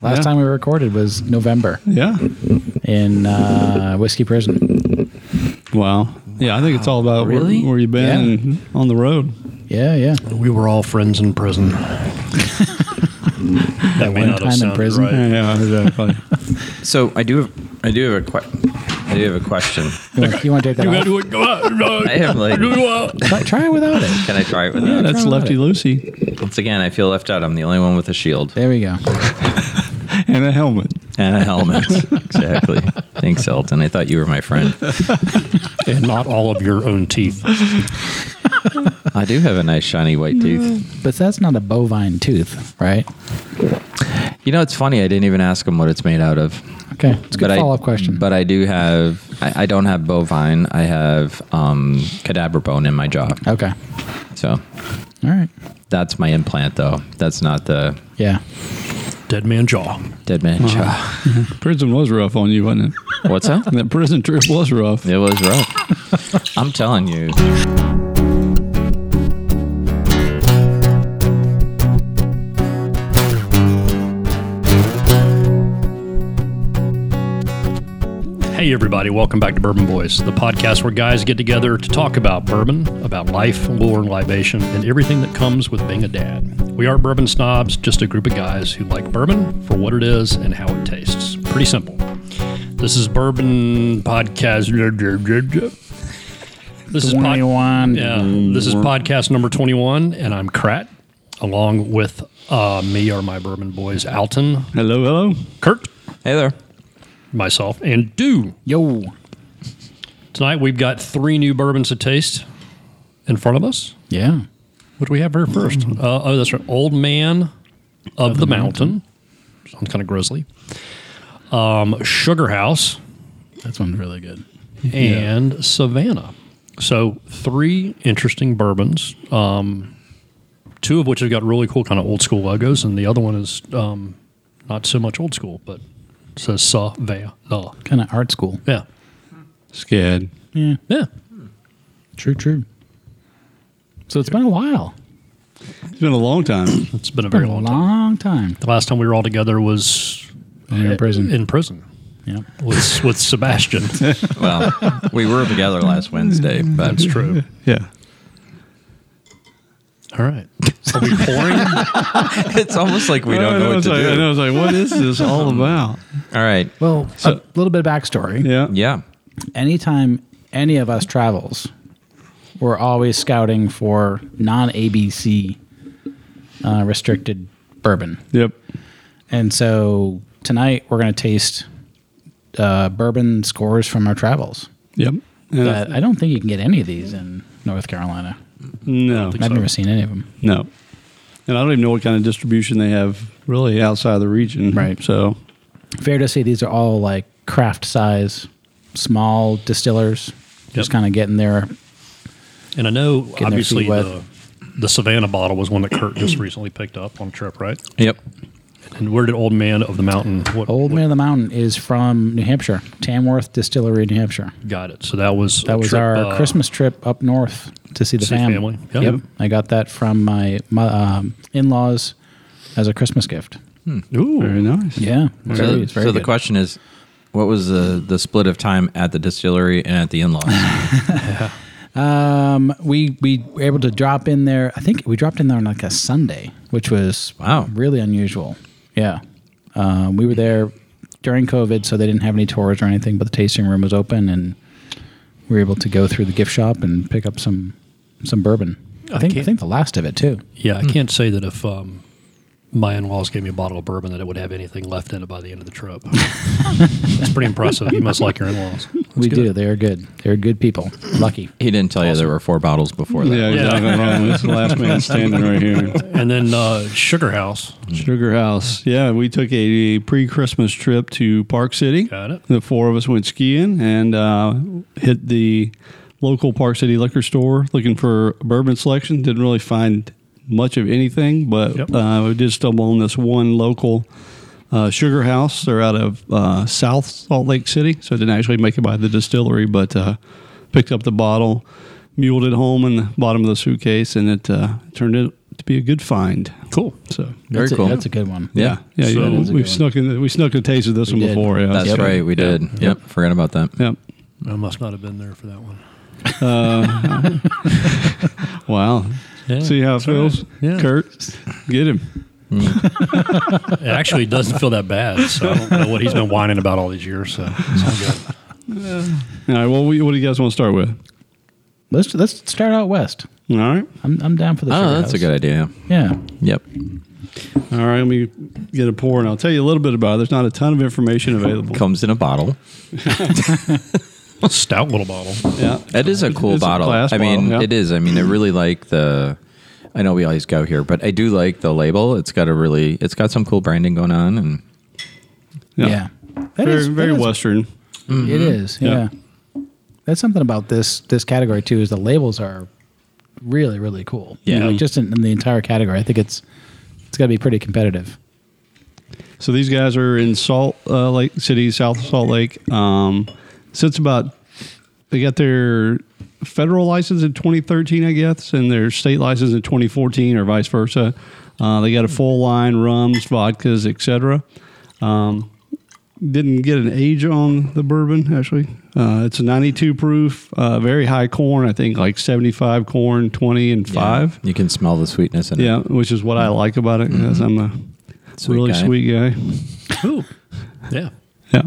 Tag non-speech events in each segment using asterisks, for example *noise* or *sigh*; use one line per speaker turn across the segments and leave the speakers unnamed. Last
Yeah.
time we recorded was
*laughs*
November
Yeah.
in uh, Whiskey Prison.
Wow. Yeah, I think it's all about where-
Really?
where, you've been
Yeah.
and on the road.
Yeah, yeah.
We were all friends in *laughs* prison. that may
one
not
time in
have sounded
prison.
right.
Yeah, *laughs* exactly.
So I do, have, I do have a, que- I do have a question.
You want, you want to take that off?
I have like,
Try, try it without it.
can I try it with
*laughs* yeah,
that?
that's
Try
Lefty
it.
Lucy
Once again, I feel left out. I'm the only one with a shield
There we go.
and a helmet.
and a helmet. exactly. Thanks, Elton. I thought you were my friend.
And not all of your own teeth.
I do have a nice shiny white tooth.
But that's not a bovine tooth, right?
You know, it's funny. I didn't even ask him what it's made out of.
Okay, it's a good
But I-
follow up question.
But I do have. I, I don't have bovine. I have um, cadaver bone in my jaw.
okay,
So
all right.
that's my implant, though. That's not the
Yeah,
Dead man jaw.
dead man jaw.
Prison was rough on you, wasn't
What's up?
*laughs* it? That prison trip was rough.
It was rough. I'm telling you.
Hey, everybody, welcome back to Bourbon Boys, the podcast where guys get together to talk about bourbon, about life, lore, and libation, and everything that comes with being a dad. We aren't bourbon snobs, just a group of guys who like bourbon for what it is and how it tastes. Pretty simple. This is Bourbon Podcast. This is pod-
21.
Yeah, Uh, this is podcast number 21, and I'm Krat. Along with uh, me are my bourbon boys, Alton,
Hello, hello.
Kurt,
Hey there.
myself, and Do.
Yo,
Tonight we've got three new bourbons to taste in front of us.
yeah.
What do we have here first? Uh, oh, that's right. Old Man of, the, Mountain. Sounds kind of grisly. Um, Sugar House
That one's really good.
and Savannah. So three interesting bourbons. Um, two of which have got really cool kind of old school logos, and the other one is um, not so much old school, but it says Savannah.
Kind of art school.
Yeah,
Scared.
yeah.
True, true. So it's been a while.
It's been a long time.
It's been a very
a
long time.
long time.
The last time we were all together was
When you're in prison.
In prison
yeah.
with with Sebastian.
*laughs*
Well, we were together last Wednesday, but
True.
Yeah.
All right. Are we pouring?
it's almost like we
I
don't know
I
what
was
to
like,
do.
and I was like, what is this all about?
All right.
Well, a little bit of backstory.
*laughs* Yeah.
Yeah.
anytime any of us travels, we're always scouting for non ABC uh, restricted bourbon.
Yep.
And so tonight we're going to taste uh, bourbon scores from our travels.
Yep. And I-
But I don't think you can get any of these in North Carolina.
no.
I've never seen any of them.
No. And I don't even know what kind of distribution they have really outside of the region.
Right.
So,
Fair to say these are all like craft size, small distillers, just
Yep.
kind of getting their
And I know
their
obviously
feet wet.
the the Savannah bottle was one that Kurt just recently picked up on a trip, right?
Yep.
And where did Old Man of the Mountain? What,
Old
what-
Man of the Mountain is from New Hampshire, Tamworth Distillery, New Hampshire.
Got it. So that was a
That was
trip,
our
uh,
Christmas trip up north to see the
see
fam-
family. Mm-hmm.
Yep.
Yep.
I got that from my, my um, in-laws as a Christmas gift.
Ooh,
very nice.
Yeah, it's
So,
very, it's very
so the
good.
question is, what was the, the split of time at the distillery and at the in-laws?
Um, we we were able to drop in there. I think we dropped in there on like a Sunday, which was
Wow.
really unusual. Yeah, um, we were there during COVID, so they didn't have any tours or anything, but the tasting room was open, and we were able to go through the gift shop and pick up some some bourbon. I
I
think I
can't-
think the last of it too.
yeah. I can't say that if um, my in-laws gave me a bottle of bourbon that it would have anything left in it by the end of
*laughs*
the trip. That's pretty impressive. You must like your in-laws. That's
we
good.
do. They are good. They're good people. Lucky.
he didn't tell you there were four bottles before that.
Yeah, exactly. Wrong. This is the last man standing right here.
And then uh, Sugar House.
Sugar House. Yeah, we took a pre Christmas trip to Park City.
Got it.
The four of us went skiing and uh, hit the local Park City liquor store looking for bourbon selection. Didn't really find much of anything, but
Yep.
uh, we did stumble on this one local. Uh, Sugar House. They're out of uh, South Salt Lake City, so didn't actually make it by the distillery, but uh, picked up the bottle, muled it home in the bottom of the suitcase, and it uh, turned it to be a good find.
Cool.
So
Very
that's
cool.
A, that's a good one.
yeah,
Yeah.
yeah,
So-
yeah.
That is
a
We've
good
snuck in. We snuck a taser
We
this one
did.
before. Yeah,
That's
so,
right. We did. Yep. Forgot about that.
Yep.
I must not have been there for that one.
Wow.
Yeah,
See how it
all right.
feels,
Yeah.
Kurt. Get him.
It actually doesn't feel that bad. So I don't know what he's been whining about all these years. So it's all good.
All right. Well, we, what do you guys want to start with?
Let's let's start out west.
All right.
I'm I'm down for the.
Oh,
sugar
that's a
house.
good idea.
Yeah.
Yep.
All right. Let me get a pour, and I'll tell you a little bit about it. There's not a ton of information available.
Comes in a bottle.
Stout little bottle.
Yeah.
It is a cool
It's a
bottle. I
glass
mean,
bottle, yeah.
it is. I mean, I really like the. I know we always go here, but I do like the label. It's got a really. It's got some cool branding going on, and
Yeah. That
Very
is- that
very
is-
western.
Mm-hmm.
It is.
Yeah.
Yeah. That's something about this this category too is the labels are really really cool.
Yeah.
Like, just in, in the entire category, I think it's it's got to be pretty competitive.
So these guys are in Salt uh, Lake City, South Salt Lake. Um, since about they got their federal license in 2013, I guess, and their state license in 2014, or vice versa. Uh, they got a full line rums, vodkas, etc. Um, didn't get an age on the bourbon actually. Uh, it's a 92 proof, uh, very high corn. I think like 75 corn, 20 and
yeah,
five.
you can smell the sweetness in it.
Yeah, which is what I like about it. 'cause I'm a
Mm-hmm. Sweet
really
guy.
sweet guy.
Ooh. Yeah.
Yeah.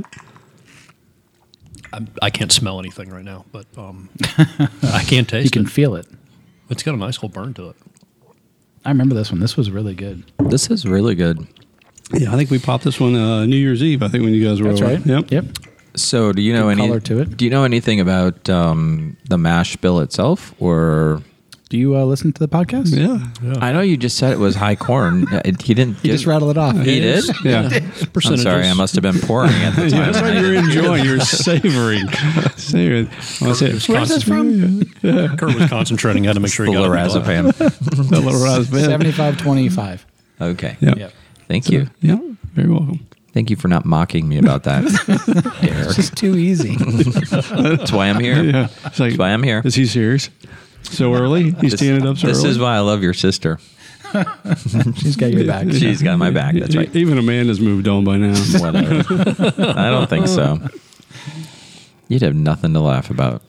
I'm, I can't smell anything right now, but um,
*laughs*
I can taste
You can
it.
feel it.
It's got a nice little burn to it.
I remember this one. This was really good.
This is really good.
Yeah, I think we popped this one uh, New Year's Eve. I think when you guys were
That's
over.
right.
Yep.
Yep.
So, do you know
Good
any
color to it.
Do you know anything about um, the mash bill itself, or
Do you uh, listen to the podcast?
Yeah.
I know you just said it was high
*laughs*
corn. It- he didn't.
You
give-
just rattle it off.
He did.
Yeah.
I'm sorry. I must have been pouring
*laughs*
at the time.
That's what you're enjoying. You're
*laughs*
savoring. savoring. Well, I said,
Where's this from?
Kurt was concentrating. had to make sure he
The
got it.
*laughs*
lorazepam.
the little rice bed.
Seventy-five
*laughs*
twenty-five.
okay.
Yeah.
Yep.
Thank you.
Yeah. Very welcome.
Thank you for not mocking me
*laughs*
about that. Derek.
It's just too easy. *laughs*
That's why I'm here.
Yeah. It's like,
That's why I'm here.
Is he serious? So early? He's standing up so
this
early.
is why I love your sister.
She's got your back.
She's got my back. That's right.
Even Amanda's moved on by now.
*laughs*
Whatever. I don't think so. You'd have nothing to laugh
*laughs*
about.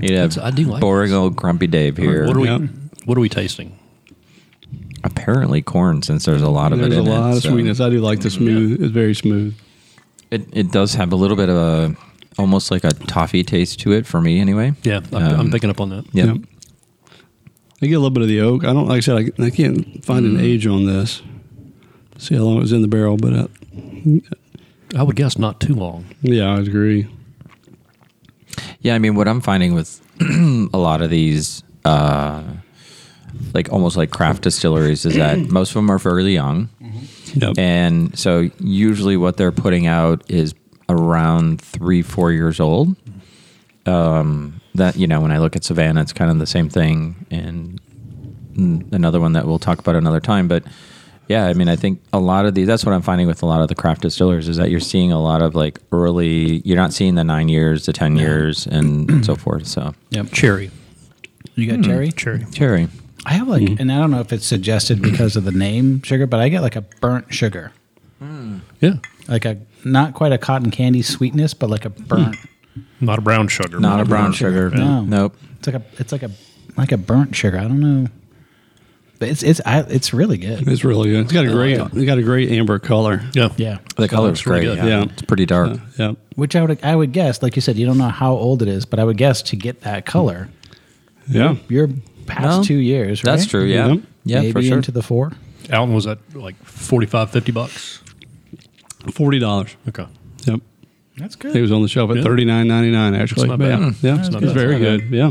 You'd have
I do like
boring old grumpy Dave here.
What are we?
Yeah.
What are we tasting?
Apparently corn, since there's a lot of
There's
it
a
in
lot
it.
of
so-
sweetness. I do like the smooth. It's very smooth.
It, it does have a little bit of a, almost like a toffee taste to it for me anyway.
Yeah, I'm, I'm
Um,
picking up on that.
Yep.
Yep. I get a little bit of the oak. I don't, like I said, I, I can't find
Mm.
an age on this. See how long it was in the barrel, but uh,
I would guess not too long.
yeah, I agree.
Yeah, I mean, what I'm finding with *clears throat* a lot of these, uh, like almost like craft distilleries,
*clears throat*
is that most of them are fairly young,
Yep.
and so usually what they're putting out is around three, four years old. Um, that you know, when I look at Savannah, it's kind of the same thing, and mm, another one that we'll talk about another time, but. Yeah, I mean, I think a lot of the that's what I'm finding with a lot of the craft distillers is that you're seeing a lot of like early, you're not seeing the nine years, the 10 years, and *clears throat* so forth. So,
Yep.
Cherry,
You
Hmm.
got cherry.
cherry.
cherry.
I have like,
Hmm.
and I don't know if it's suggested because of the name sugar, but I get like a burnt sugar,
Yeah,
like a not quite a cotton candy sweetness, but like a
Hmm.
burnt.
not a brown sugar.
Not a brown sugar.
No.
Nope.
It's like a it's like a like a burnt sugar. I don't know, but it's it's I, it's really good.
It's really good. It's got a great, it's got a great amber color.
Yeah,
Yeah,
The color's
looks really
great.
good.
Yeah.
Yeah.
It's pretty dark.
Yep.
which I would I would guess, like you said, you don't know how old it is, but I would guess to get that color,
Yeah.
you're past
No,
two years. Right?
That's true. Yeah.
Yep.
Yeah,
Maybe
for sure.
into the four.
Alton was at like 45, 50 bucks.
Forty dollars.
Okay,
Yep.
That's
It was on the shelf at
Yeah.
thirty nine ninety nine. Actually,
not
But
bad.
yeah,
Mm.
yeah.
That's
it's
not bad.
very good. Yeah.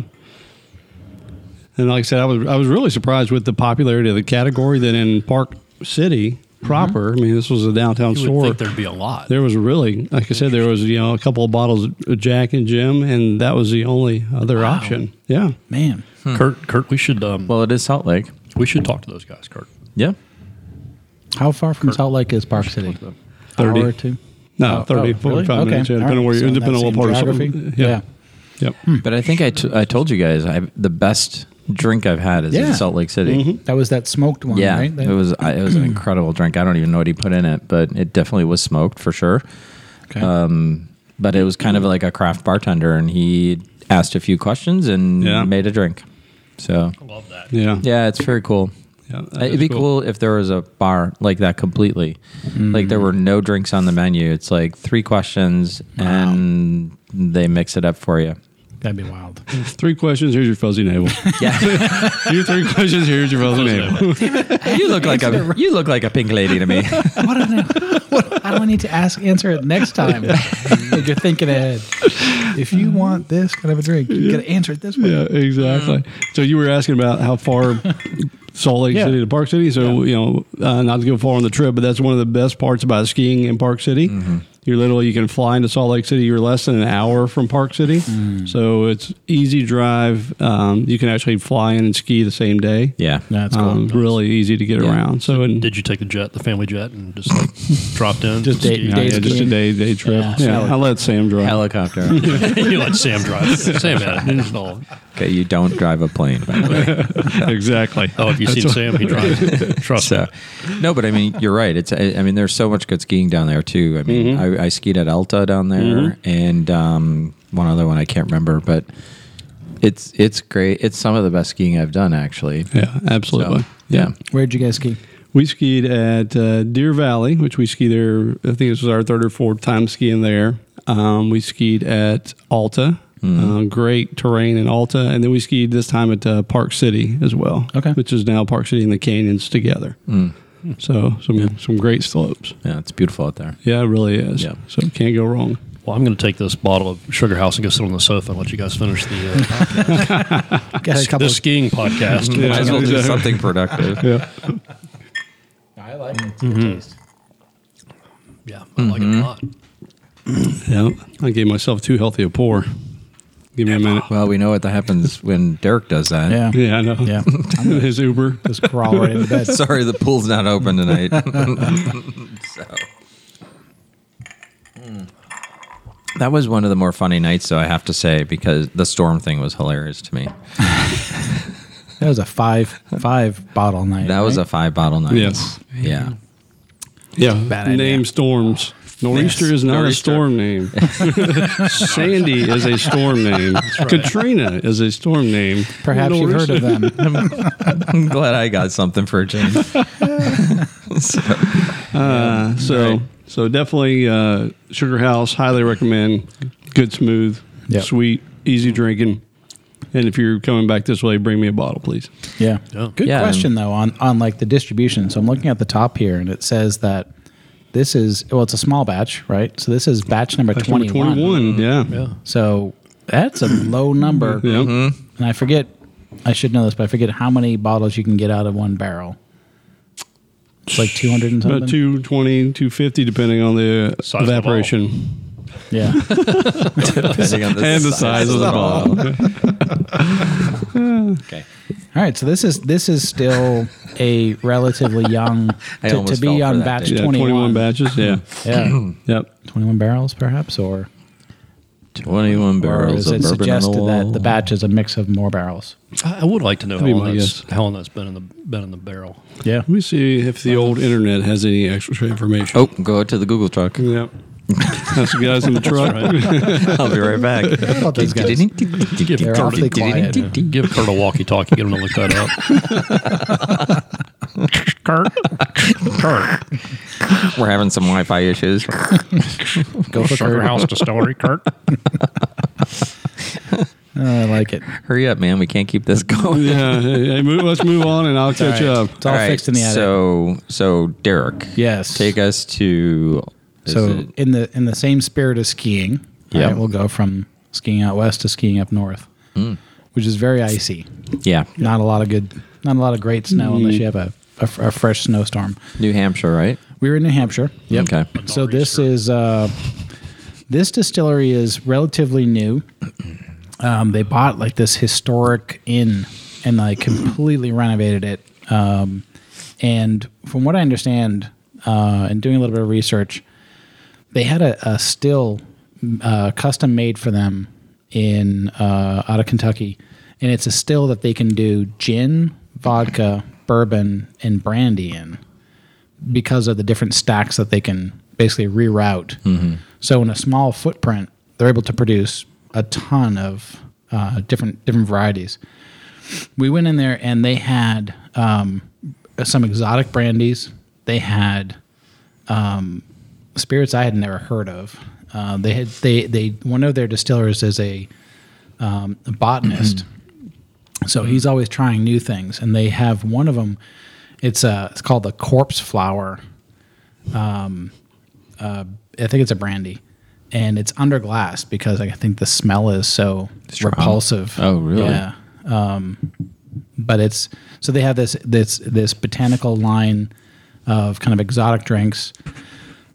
And like I said, I was I was really surprised with the popularity of the category. That in Park City proper, I mean, this was a downtown
Mm-hmm. you would
store.
think there'd be a lot.
There was really, like I said, there was you know a couple of bottles of Jack and Jim, and that was the only other option. Yeah,
man.
Kurt, Kurt, we should um,
Hmm. Well, it is Salt Lake.
we should talk to those guys, Kurt.
Yeah.
How far from Salt Lake is Park City?
Thirty.
Hour or two.
no,
Oh,
30,
oh,
45
really?
minutes. Yeah,
All
depending
right.
on where
So
you,
in that
depending on what
same
part of
geography?
Hmm.
Salt-
Yeah.
Yep.
But I think I, t- I told you guys I the best drink I've had is
Yeah.
in Salt Lake City.
That was that smoked one,
Yeah,
right? That-
it was I- it was an incredible drink. I don't even know what he put in it, but it definitely was smoked for sure.
okay.
Um, but it was kind of like a craft bartender, and he asked a few questions and
Yeah.
made a drink. So
I love that.
Yeah.
yeah, it's very cool.
Yeah, uh, that
It'd
is
be cool. if there was a bar like that completely. Like there were no drinks on the menu. It's like three questions, and they mix it up for you.
That'd be wild.
Three questions. Here's your fuzzy navel. *laughs*
Yeah,
Your three questions. Here's your fuzzy navel.
you look like a you look like a pink lady to me.
*laughs* What, are they, what how do I need to ask answer it next time? like *laughs* you're thinking ahead. If you want this kind of a drink, you gotta answer it this way.
*laughs* yeah, exactly. So you were asking about how far Salt Lake
Yeah.
City to Park City. So you know, uh, not to go far on the trip, but that's one of the best parts about skiing in Park City. You're literally you can fly into Salt Lake City. You're less than an hour from Park City, so it's easy drive. Um, you can actually fly in and ski the same day.
Yeah,
That's cool.
Um, really easy to get
Yeah.
around. So and
Did you take the jet, the family jet, and just *laughs* like, dropped in?
Just
ski?
date-
yeah,
date-
yeah, just a
skiing.
day day trip.
Yeah,
Yeah,
solid.
I let Sam drive.
helicopter.
*laughs* you let Sam drive. Sam had it. It's all-
Okay, you don't drive a plane, by the way.
exactly.
Oh, have you seen Sam? He drives. *laughs* it. Trust
So, no, but I mean, you're right. It's I, I mean, there's so much good skiing down there too. I mean, I, I skied at Alta down there, and um, one other one I can't remember, but it's it's great. It's some of the best skiing I've done actually.
Yeah, absolutely.
So, yeah.
Where'd you guys ski?
We skied at uh, Deer Valley, which we ski there. I think this was our third or fourth time skiing there. Um, we skied at Alta,
Hmm.
um, great terrain in Alta, and then we skied this time at uh, Park City as well.
Okay.
which is now Park City and the canyons together.
Hmm.
So some some great slopes.
yeah, it's beautiful out there.
Yeah, it really is.
Yeah.
So can't go
*laughs*
wrong.
Well, I'm going to take this bottle of Sugar House and go sit on the sofa and let you guys finish
*laughs*
the, uh,
Got a couple
the
of,
skiing *laughs* podcast.
Might as well do
exactly.
something productive.
Yeah,
I like it. taste.
Yeah, I like it a lot.
yeah. I gave myself too healthy a pour. Give me a minute.
Well, we know what that happens when Derek does that.
Yeah.
Yeah, I know.
Yeah.
*laughs* his Uber.
*laughs* Just crawl right into *laughs* bed.
*laughs* Sorry, the pool's not
*laughs*
open tonight. So. That was one of the more funny nights, though, I have to say, because the storm thing was hilarious to me.
That was a five five bottle night.
That was a
right?
five bottle night.
Yes.
Yeah.
Yeah.
Bad idea.
name storms. Nor'easter
Yes,
is not
nor'easter.
a storm name. Sandy is a storm name. Katrina is a storm name.
Perhaps you've heard of *laughs* them.
I'm *laughs* glad I got something for
*laughs*
a change. So,
Uh, so,
Right.
so definitely uh, Sugar House. Highly recommend. Good, smooth,
Yep.
sweet, easy drinking. And if you're coming back this way, bring me a bottle, please.
Yeah.
Yeah.
Good
Yeah,
question though on on like the distribution. So I'm looking at the top here and it says that this is well it's a small batch, right? So this is batch number
That's number
21.
21. Yeah.
Yeah.
So that's a low number.
Yeah.
And I forget I should know this, but I forget how many bottles you can get out of one barrel. It's like 200 and something.
About 220, 250, depending on the
Size of the
evaporation.
Yeah.
*laughs*
depending on
And the size of the bottle.
*laughs*
Okay.
All right, so this is this is still a relatively young
*laughs*
to,
I
to
almost fell
be
for
on
that,
batch
dude.
Yeah,
21.
21 batches. Yeah.
Yeah. *clears throat*
Yep.
21 barrels perhaps or
21
or
barrels
is
of
it
bourbon on the
suggested
wall.
that the batch is a mix of more barrels?
I, I would like to know how
be
long,
my
that's,
guess.
how long that's been in the been in the barrel.
Yeah. *laughs*
Let me see if the old internet has any extra information.
Oh, go to the Google
*laughs*
truck. *laughs*
Yep. That's the guys in the truck.
I'll be right
*laughs*
back.
about those guys?
Give
They're
Kurt,
awfully
a,
quiet.
give Kurt a walkie-talkie. Get him to look that up.
Kurt,
Kurt,
We're having some
*laughs*
Wi-Fi issues.
go for
Sugar
Kurt.
House Distillery. Kurt,
Oh, I like it.
Hurry up, man. We can't
*laughs*
keep this
*laughs*
going.
yeah. Hey, hey, move, let's move on and I'll catch
right.
up.
It's all,
right,
fixed in the attic.
So, so Derek,
yes.
take us to. is
so
it-
in the in the same spirit as skiing,
Yeah.
right, we'll go from skiing out west to skiing up north,
Hmm.
which is very icy.
yeah,
Not a lot of good, not a lot of great snow unless you have a, a, f- a fresh snowstorm.
New Hampshire, right?
We were in New Hampshire.
Okay.
So this is uh, this distillery is relatively new. Um, they bought like this historic inn and like completely renovated it. Um, and from what I understand, uh, and doing a little bit of research, they had a, a still uh, custom made for them in uh, out of Kentucky, and it's a still that they can do gin, vodka, bourbon, and brandy in because of the different stacks that they can basically reroute. So in a small footprint, they're able to produce a ton of uh, different different varieties. We went in there and they had um, some exotic brandies. They had um, spirits I had never heard of. Uh, they had they they one of their distillers is a, um, a botanist, so he's always trying new things. And they have one of them. It's uh it's called the corpse flower. Um, uh, I think it's a brandy, and it's under glass because I think the smell is so repulsive.
Oh, really?
Yeah Um, but it's so they have this this this botanical line of kind of exotic drinks.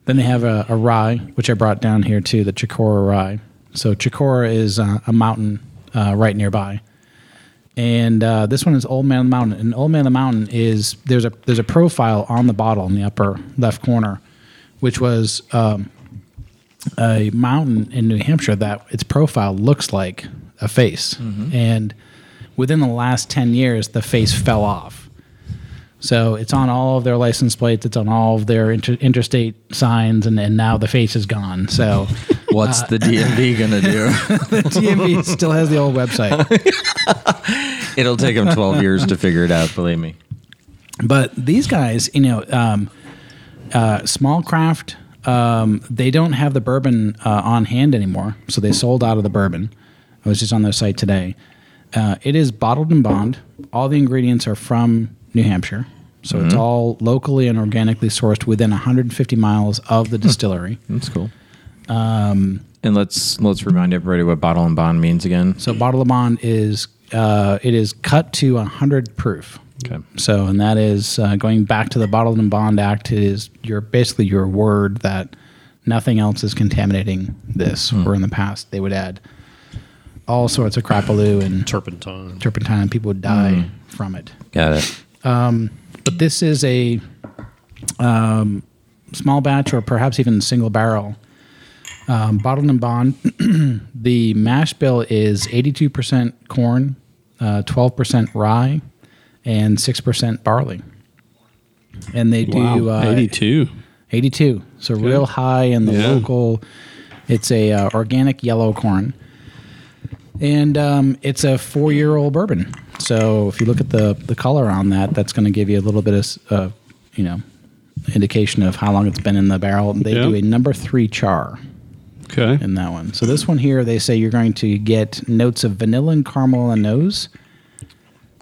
Then they have a, a rye, which I brought down here too, the Chikora rye. So Chikora is uh, a mountain uh, right nearby, and uh, this one is Old Man of the Mountain. And Old Man of the Mountain is there's a there's a profile on the bottle in the upper left corner, which was um, a mountain in New Hampshire that its profile looks like a face, and within the last 10 years, the face fell off. So it's on all of their license plates, it's on all of their inter- interstate signs, and, and now the face is gone. So
*laughs* What's the DMV gonna do?
the TMV E still has the old website.
*laughs* It'll take them 12 years to figure it out, believe me.
But these guys, you know, um, uh, small craft, um, they don't have the bourbon uh, on hand anymore. So they sold out of the bourbon. I was just on their site today. Uh, it is bottled and bond. All the ingredients are from New Hampshire. So it's all locally and organically sourced within 150 miles of the distillery.
That's cool. Um, and let's let's remind everybody what bottle and bond means again.
So bottle of bond is uh, it is cut to 100 proof.
Okay.
So and that is uh, going back to the bottled and bond act. It is your basically your word that nothing else is contaminating this. Where in the past they would add all sorts of crapaloo and
Turpentine.
turpentine, and people would die from it.
Got it.
but this is a um, small batch or perhaps even single barrel um, bottled and bond. *clears throat* the mash bill is 82% corn, uh, 12% rye, and 6% barley. And they do uh,
82.
82. So real high in the
Yeah.
local. It's a uh, organic yellow corn, and um, it's a four-year-old bourbon. So if you look at the the color on that, that's going to give you a little bit of, s- uh, you know, indication of how long it's been in the barrel. They
Yeah.
do a number three char
Okay.
in that one. So this one here, they say you're going to get notes of vanilla and caramel and nose,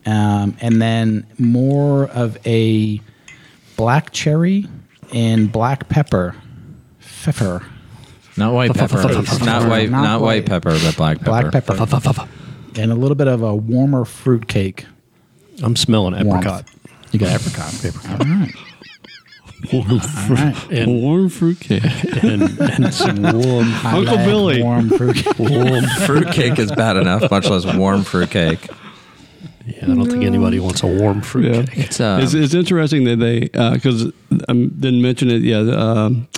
um, and then more of a black cherry and black pepper, pepper,
Not white pepper. not white.
Not
Not, white
white.
pepper, but black
black
pepper.
pepper, and a little bit of a warmer fruit cake.
I'm smelling apricot.
You got apricot. apricot. All right.
Warm,
All right.
And,
warm fruit cake.
and, and some warm,
I
Uncle
like
Billy.
Warm fruit cake.
warm.
Fruitcake is bad enough, much less warm fruitcake.
Yeah, I don't think anybody wants a warm fruit
Yeah.
cake.
It's, um,
it's, it's interesting that they because I didn't mention it. Yeah, the, um,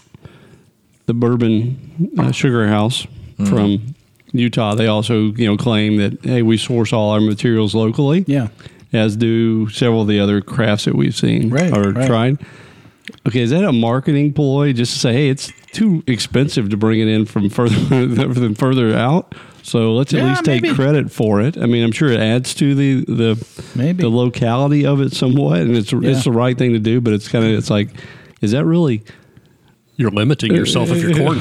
the bourbon uh, sugar house
Mm-hmm.
from Utah. They also you know claim that hey, we source all our materials locally.
Yeah.
as do several of the other crafts that we've seen
Right,
or
right.
tried. Okay, is that a marketing ploy just to say, hey, it's too expensive to bring it in from further *laughs* from further out? So let's at
Yeah,
least take
maybe.
credit for it. I mean, I'm sure it adds to the the
Maybe.
the locality of it somewhat, and it's
Yeah.
it's the right thing to do. But it's kind of it's like, is that really?
You're limiting yourself if your corn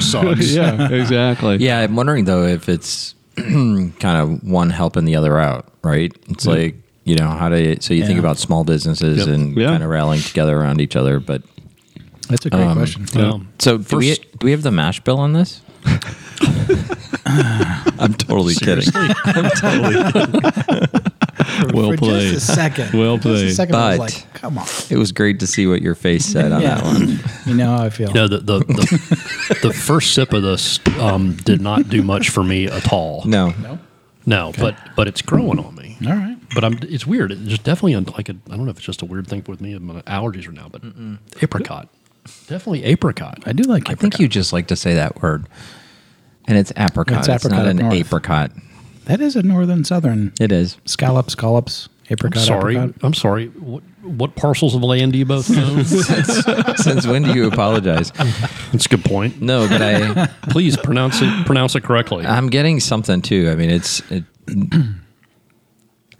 *laughs*
sucks.
yeah, exactly.
yeah, I'm wondering though if it's *clears throat* kind of one helping the other out, right? It's like you know how to. So you think
Yeah.
about small businesses
Yep.
and
Yeah.
kind of rallying together around each other, but.
That's a great question.
Yeah.
So do we
First-
do we have the mash bill
*laughs*
on this? *laughs* I'm totally kidding.
well
For
played.
Just a second.
Well
Just
played.
a second. I was
But-
like, come on.
It was great to see what your face said on that one.
You know how I feel.
No, the the, the, the first sip of this um, did not do much for me at all.
No.
No?
no, but but it's growing on me.
All right.
But I'm it's weird. It's just definitely un- like a, I don't know if it's just a weird thing with me. My allergies right now, but apricot, definitely apricot.
I do like
I think you just like to say that word. And it's apricot. It's,
It's apricot
not
up
an
north.
apricot.
That is a northern southern.
It is.
*laughs* Scallops, scallops, apricot.
sorry,
apricot.
I'm sorry. What, what parcels of land do you
*laughs*
both own?
Since when do
*laughs*
you apologize?
That's a good point.
No, but I
Please pronounce it pronounce it correctly.
I'm getting something too. I mean, it's it,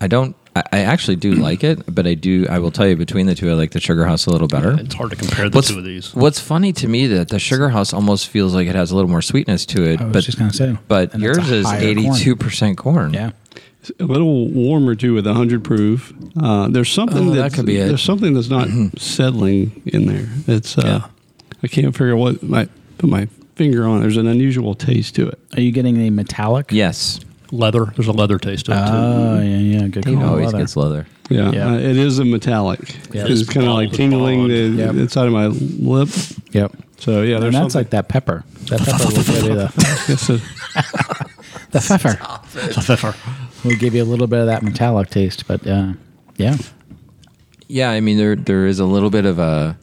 I don't. I I actually do like it, but I do. I will tell you, between the two, I like the Sugar House a little better.
It's hard to compare the
What's,
two of these.
what's funny to me that the Sugar House almost feels like it has a little more sweetness to it,
I was
but
just gonna say.
but
And it's
yours
a
is
higher corn.
eighty-two percent corn.
Yeah.
a little warmer too with 100 proof. Uh, there's something
Oh, that
that's,
could be it.
there's something that's not
Mm-hmm.
settling in there. It's uh, I can't figure out what my put my finger on. There's an unusual taste to it.
Are you getting the metallic?
Yes,
Leather. There's a leather taste to it. too.
Oh yeah, yeah. Good
Dave
call.
always
Leather.
gets leather.
Yeah,
Yeah.
Uh, it is a metallic.
Yeah.
it's kind of like
Bond to
tingling
bond.
the
Yep.
the inside of my lip.
Yep.
So yeah,
And that's
there's something.
like that pepper. That pepper will give you
*laughs*
the,
It's a-
the pepper. will give you a little bit of that metallic taste, but uh, yeah,
Yeah, I mean there there is a little bit of a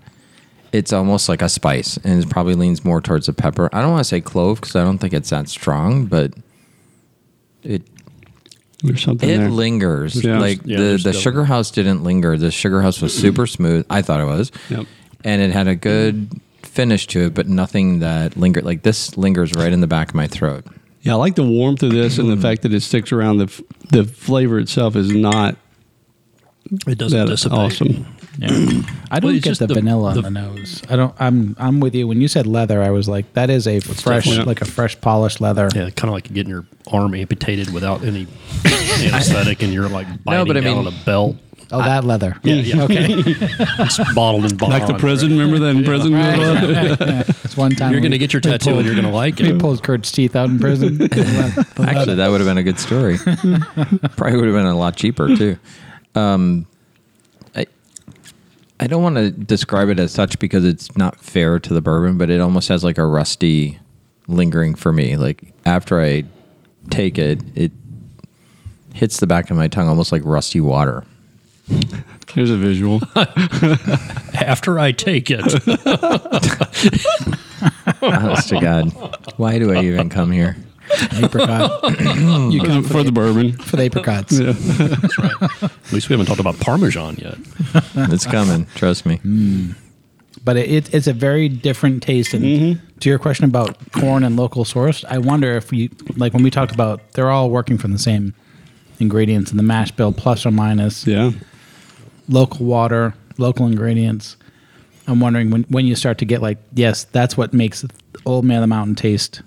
it's almost like a spice and it probably leans more towards the pepper. I don't want to say clove cuz I don't think it's that strong, but it
there's something
it
there.
lingers.
Yeah.
Like
Yeah,
the
there's Mm-hmm.
the
still-
sugar house didn't linger. The sugar house was super smooth. I thought it was.
Yep.
And it had a good finish to it, but nothing that lingered like this lingers right in the back of my throat.
Yeah, I like the warmth of this and the fact that it sticks around. The f- the flavor itself is not
It doesn't
that
dissipate.
awesome.
yeah. I
Well,
don't
it's
get
just
the,
the-
vanilla
the-
on the nose. I don't. I'm I'm with you. When you said leather, I was like, that is a fresh,
different.
like a fresh polished leather.
Yeah, kind of like getting your arm amputated without any anesthetic, and you're like biting
but I
down
mean-
on a belt.
Oh, that leather. *laughs*
Yeah, yeah. *laughs* okay. it's bottled and bond.
Like the prison, remember that in prison?
It's one time
You're going to
we-
get your
we
tattoo, and
pulled-
you're going to like
We
it.
pulled Kurt's teeth out in prison. *laughs*
Actually, that would have been a good story. Probably would have been a lot cheaper too. Um, I I don't want to describe it as such because it's not fair to the bourbon, but it almost has like a rusty lingering for me. Like after I take it, it hits the back of my tongue almost like rusty water.
Here's a visual.
After I take it,
Honest to God, why do I even come here?
apricot
you come for the bourbon.
for the apricots.
Yeah.
at least we haven't talked about Parmesan yet.
It's coming, trust me.
but it, it, it's a very different taste. And
Mm-hmm.
to your question about corn and local sourced, I wonder if we like when we talked about they're all working from the same ingredients in the mash bill, plus or minus
Yeah.
local water, local ingredients. I'm wondering when when you start to get like yes, that's what makes Old Man of the Mountain taste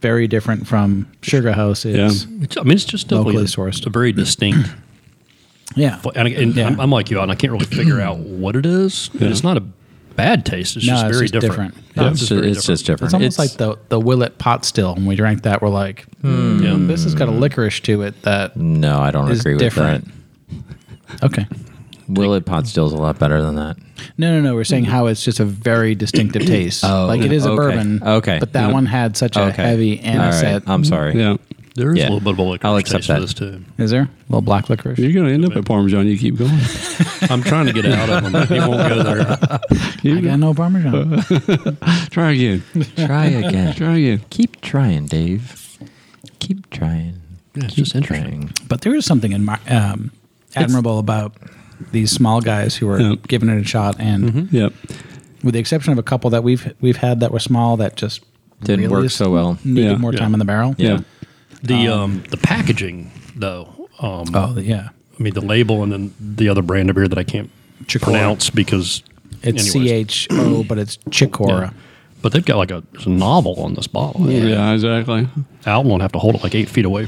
very different from Sugar House is. Yeah,
It's- I mean, it's just definitely
Locally
a,
sourced.
a very distinct. And, I- and
Yeah.
I'm, I'm like you, and I can't really figure out what it is. And It's not a bad taste. It's
No,
just
it's
very
just
different.
different.
Yeah,
it's, ju-
very
it's just
It's
different.
almost like the the Willet pot still. When we drank that, we're like,
Hmm. Yeah.
Mm.
this has got a licorice to it that
no, I don't
is
agree with
different.
that.
okay.
Willet pot still's a lot better than that.
No, no, no. We're saying how it's just a very
*clears throat*
distinctive taste.
Oh,
like it is a
okay.
bourbon.
Okay.
But that
Yeah.
one had such a heavy anisette.
All right. Um, I'm sorry.
Yeah.
There is
Yeah.
a little bit of a licorice
I'll accept
taste to
that.
this too.
Is there? A little black licorice.
You're going to end up at Parmesan. You keep going.
I'm trying to get out of them. but He won't go there.
I got no
*laughs*
parmesan.
Try again.
*laughs*
Try again.
Try again.
Keep trying, Dave. Keep trying.
Yeah, it's
Keep
just interesting.
but there is something in my, um, admirable about these small guys who are
Yeah.
giving it a shot. And
Mm-hmm.
Yep.
with the exception of a couple that we've we've had that were small that just
Didn't
really
work so well.
Needed
Yeah.
more
Yeah.
time in the barrel.
Yeah.
*laughs*
The um, the packaging though. Um,
Oh yeah.
I mean the label and then the other brand of beer that I can't
Chikora.
pronounce because
It's C
anyways.
H O, but it's
Yeah.
Chicora.
But they've got like a, there's a novel on this bottle.
Yeah. exactly.
Al won't have to hold it like eight feet away.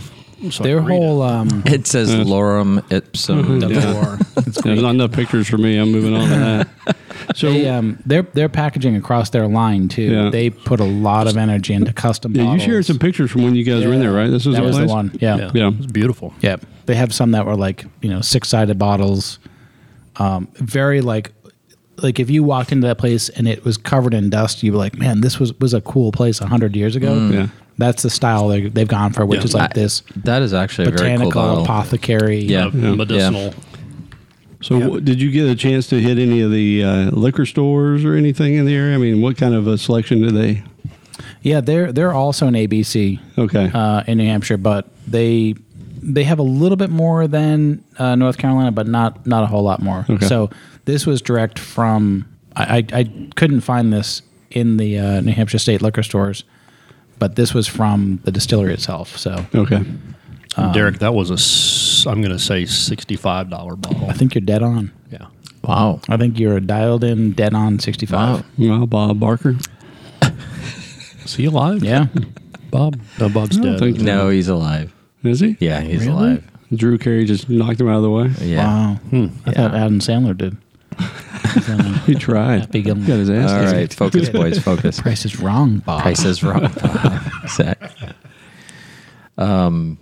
So I
Their
can read
whole um,
It says lorem
Mm-hmm.
ipsum.
decor.
*laughs*
It's
There's not enough pictures for me. I'm moving on to that. So,
They, um, their their packaging across their line too.
Yeah.
They put a lot of energy into custom.
yeah, you
bottles.
shared some pictures from when you guys were in there, right? This was,
that
the,
was the
place?
one. Yeah.
it.
yeah,
Yeah.
It's beautiful.
Yep. They have some that were like you know six sided bottles, um, very like like if you walked into that place and it was covered in dust, you'd be like, man, this was was a cool place hundred years ago.
Yeah.
That's the style they they've gone for, which
Yeah.
is like
I-
this
That is actually a very cool
botanical
bottle.
apothecary.
Yeah.
Uh, medicinal.
So, wh- did you get a chance to hit any of the uh, liquor stores or anything in the area? I mean, what kind of a selection do they?
yeah. They're they're also an ABC.
Okay.
uh, in New Hampshire, but they they have a little bit more than uh, North Carolina, but not not a whole lot more.
Okay.
So this was direct from. I, I, I couldn't find this in the uh, New Hampshire state liquor stores, but this was from the distillery itself. So
Okay.
Um,
Derek, that was a, s- I'm going to say $65 bottle.
I think you're dead on.
Yeah.
Wow.
I think you're dialed in, dead on, sixty five.
Wow.
Well, Bob Barker.
Is he alive?
Yeah,
Bob? No, Bob's
I don't
dead.
think-
No, he's alive.
Is he?
Yeah, he's
Really?
alive.
Drew Carey just knocked him out of the way.
*laughs* Yeah. Hmm.
wow. I thought Adam Sandler
*laughs*
did.
He tried.
Big
Got his ass.
All
kicked.
right,
*laughs*
focus, boys, focus.
Price is wrong, Bob.
Price is
*laughs*
wrong. exactly. Um,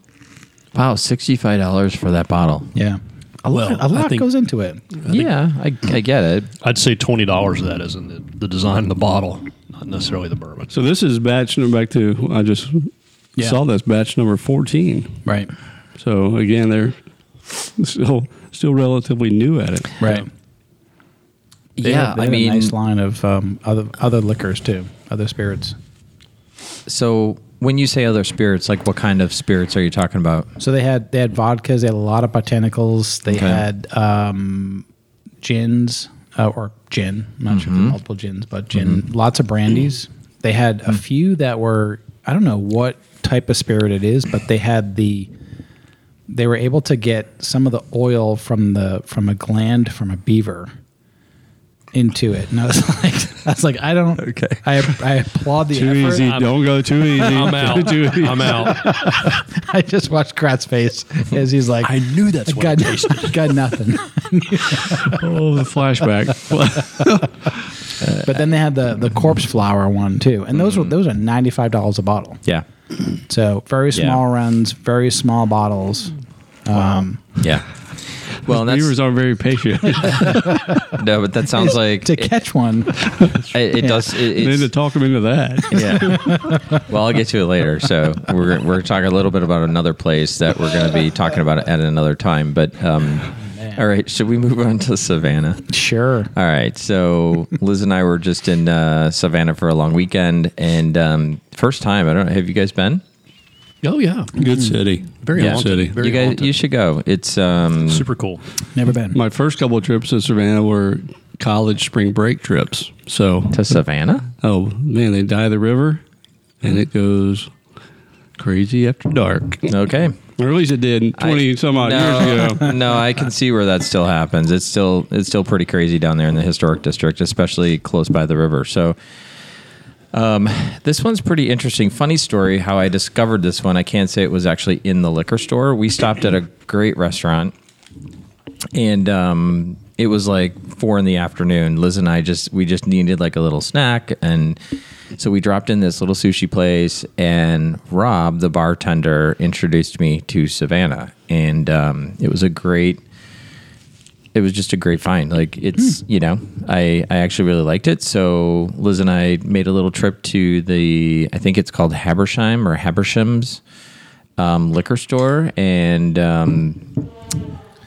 wow, sixty-five dollars for that bottle.
Yeah, a lot,
Well,
a
I
lot
think-
goes into it.
yeah, I, I get it.
I'd say $20 of that is in the, the design of the bottle, not necessarily the bourbon.
So this is batch number back to I just
Yeah.
saw this batch number fourteen.
Right,
So again, they're still still relatively new at it.
right. They
yeah,
have- they
I
have
mean,
a nice line of um, other other liquors too, other spirits.
so when you say other spirits, like what kind of spirits are you talking about?
So they had they had vodkas, they had a lot of botanicals, they
Okay.
had um, gins uh, or gin. I'm not
Mm-hmm.
sure if there are multiple gins, but gin. Lots of brandies. They had
Mm.
a few that were I don't know what type of spirit it is, but they had the they were able to get some of the oil from the from a gland from a beaver into it, and I was *laughs* like, I was like, I don't.
Okay.
I I applaud the
Too
effort.
easy. Don't go too easy.
I'm out.
*laughs* too easy.
I'm out.
*laughs* I just watched Kratz face as he's like,
I knew that's what
got,
it
*laughs*
tasted.
got nothing.
Oh, the flashback. *laughs*
But then they had the the corpse flower one too, and those were those are ninety five dollars a bottle.
Yeah,
So very
Yeah.
small runs, very small bottles. Um,
yeah. Well, that's
Viewers aren't very patient.
no, but that
*laughs*
sounds like
to
it,
catch one,
it, it does. It,
Need
it's,
to talk them into that.
*laughs* yeah. Well, I'll get to it later. So we're we're talking a little bit about another place that we're going to be talking about at another time. But um, all right, should we move on to Savannah?
sure.
All right, so Liz and I were just in uh, Savannah for a long weekend, and um, first time. I don't know. Have you guys been?
Oh, yeah.
Good city.
Very
Yeah.
haunted.
City.
Very
you guys,
haunted.
you should go. It's um,
Super cool.
Never been.
My first couple of trips to Savannah were college spring break trips. So
to Savannah.
Oh man, they dye the river, and it goes crazy after dark.
Okay,
Or at least it did twenty
I-
some odd
no,
years *laughs* ago.
*laughs* no, I can see where that still happens. It's still it's still pretty crazy down there in the historic district, especially close by the river. So. Um, this one's pretty interesting. Funny story how I discovered this one. I can't say it was actually in the liquor store. We stopped at a great restaurant and um, it was like four in the afternoon. Liz and I just we just needed like a little snack, and so we dropped in this little sushi place. And Rob, the bartender, introduced me to Savannah, and um, it was a great. It was just a great find. Like it's you know I I actually really liked it. So Liz and I made a little trip to the I think it's called Habersham or Habersham's um, liquor store and um,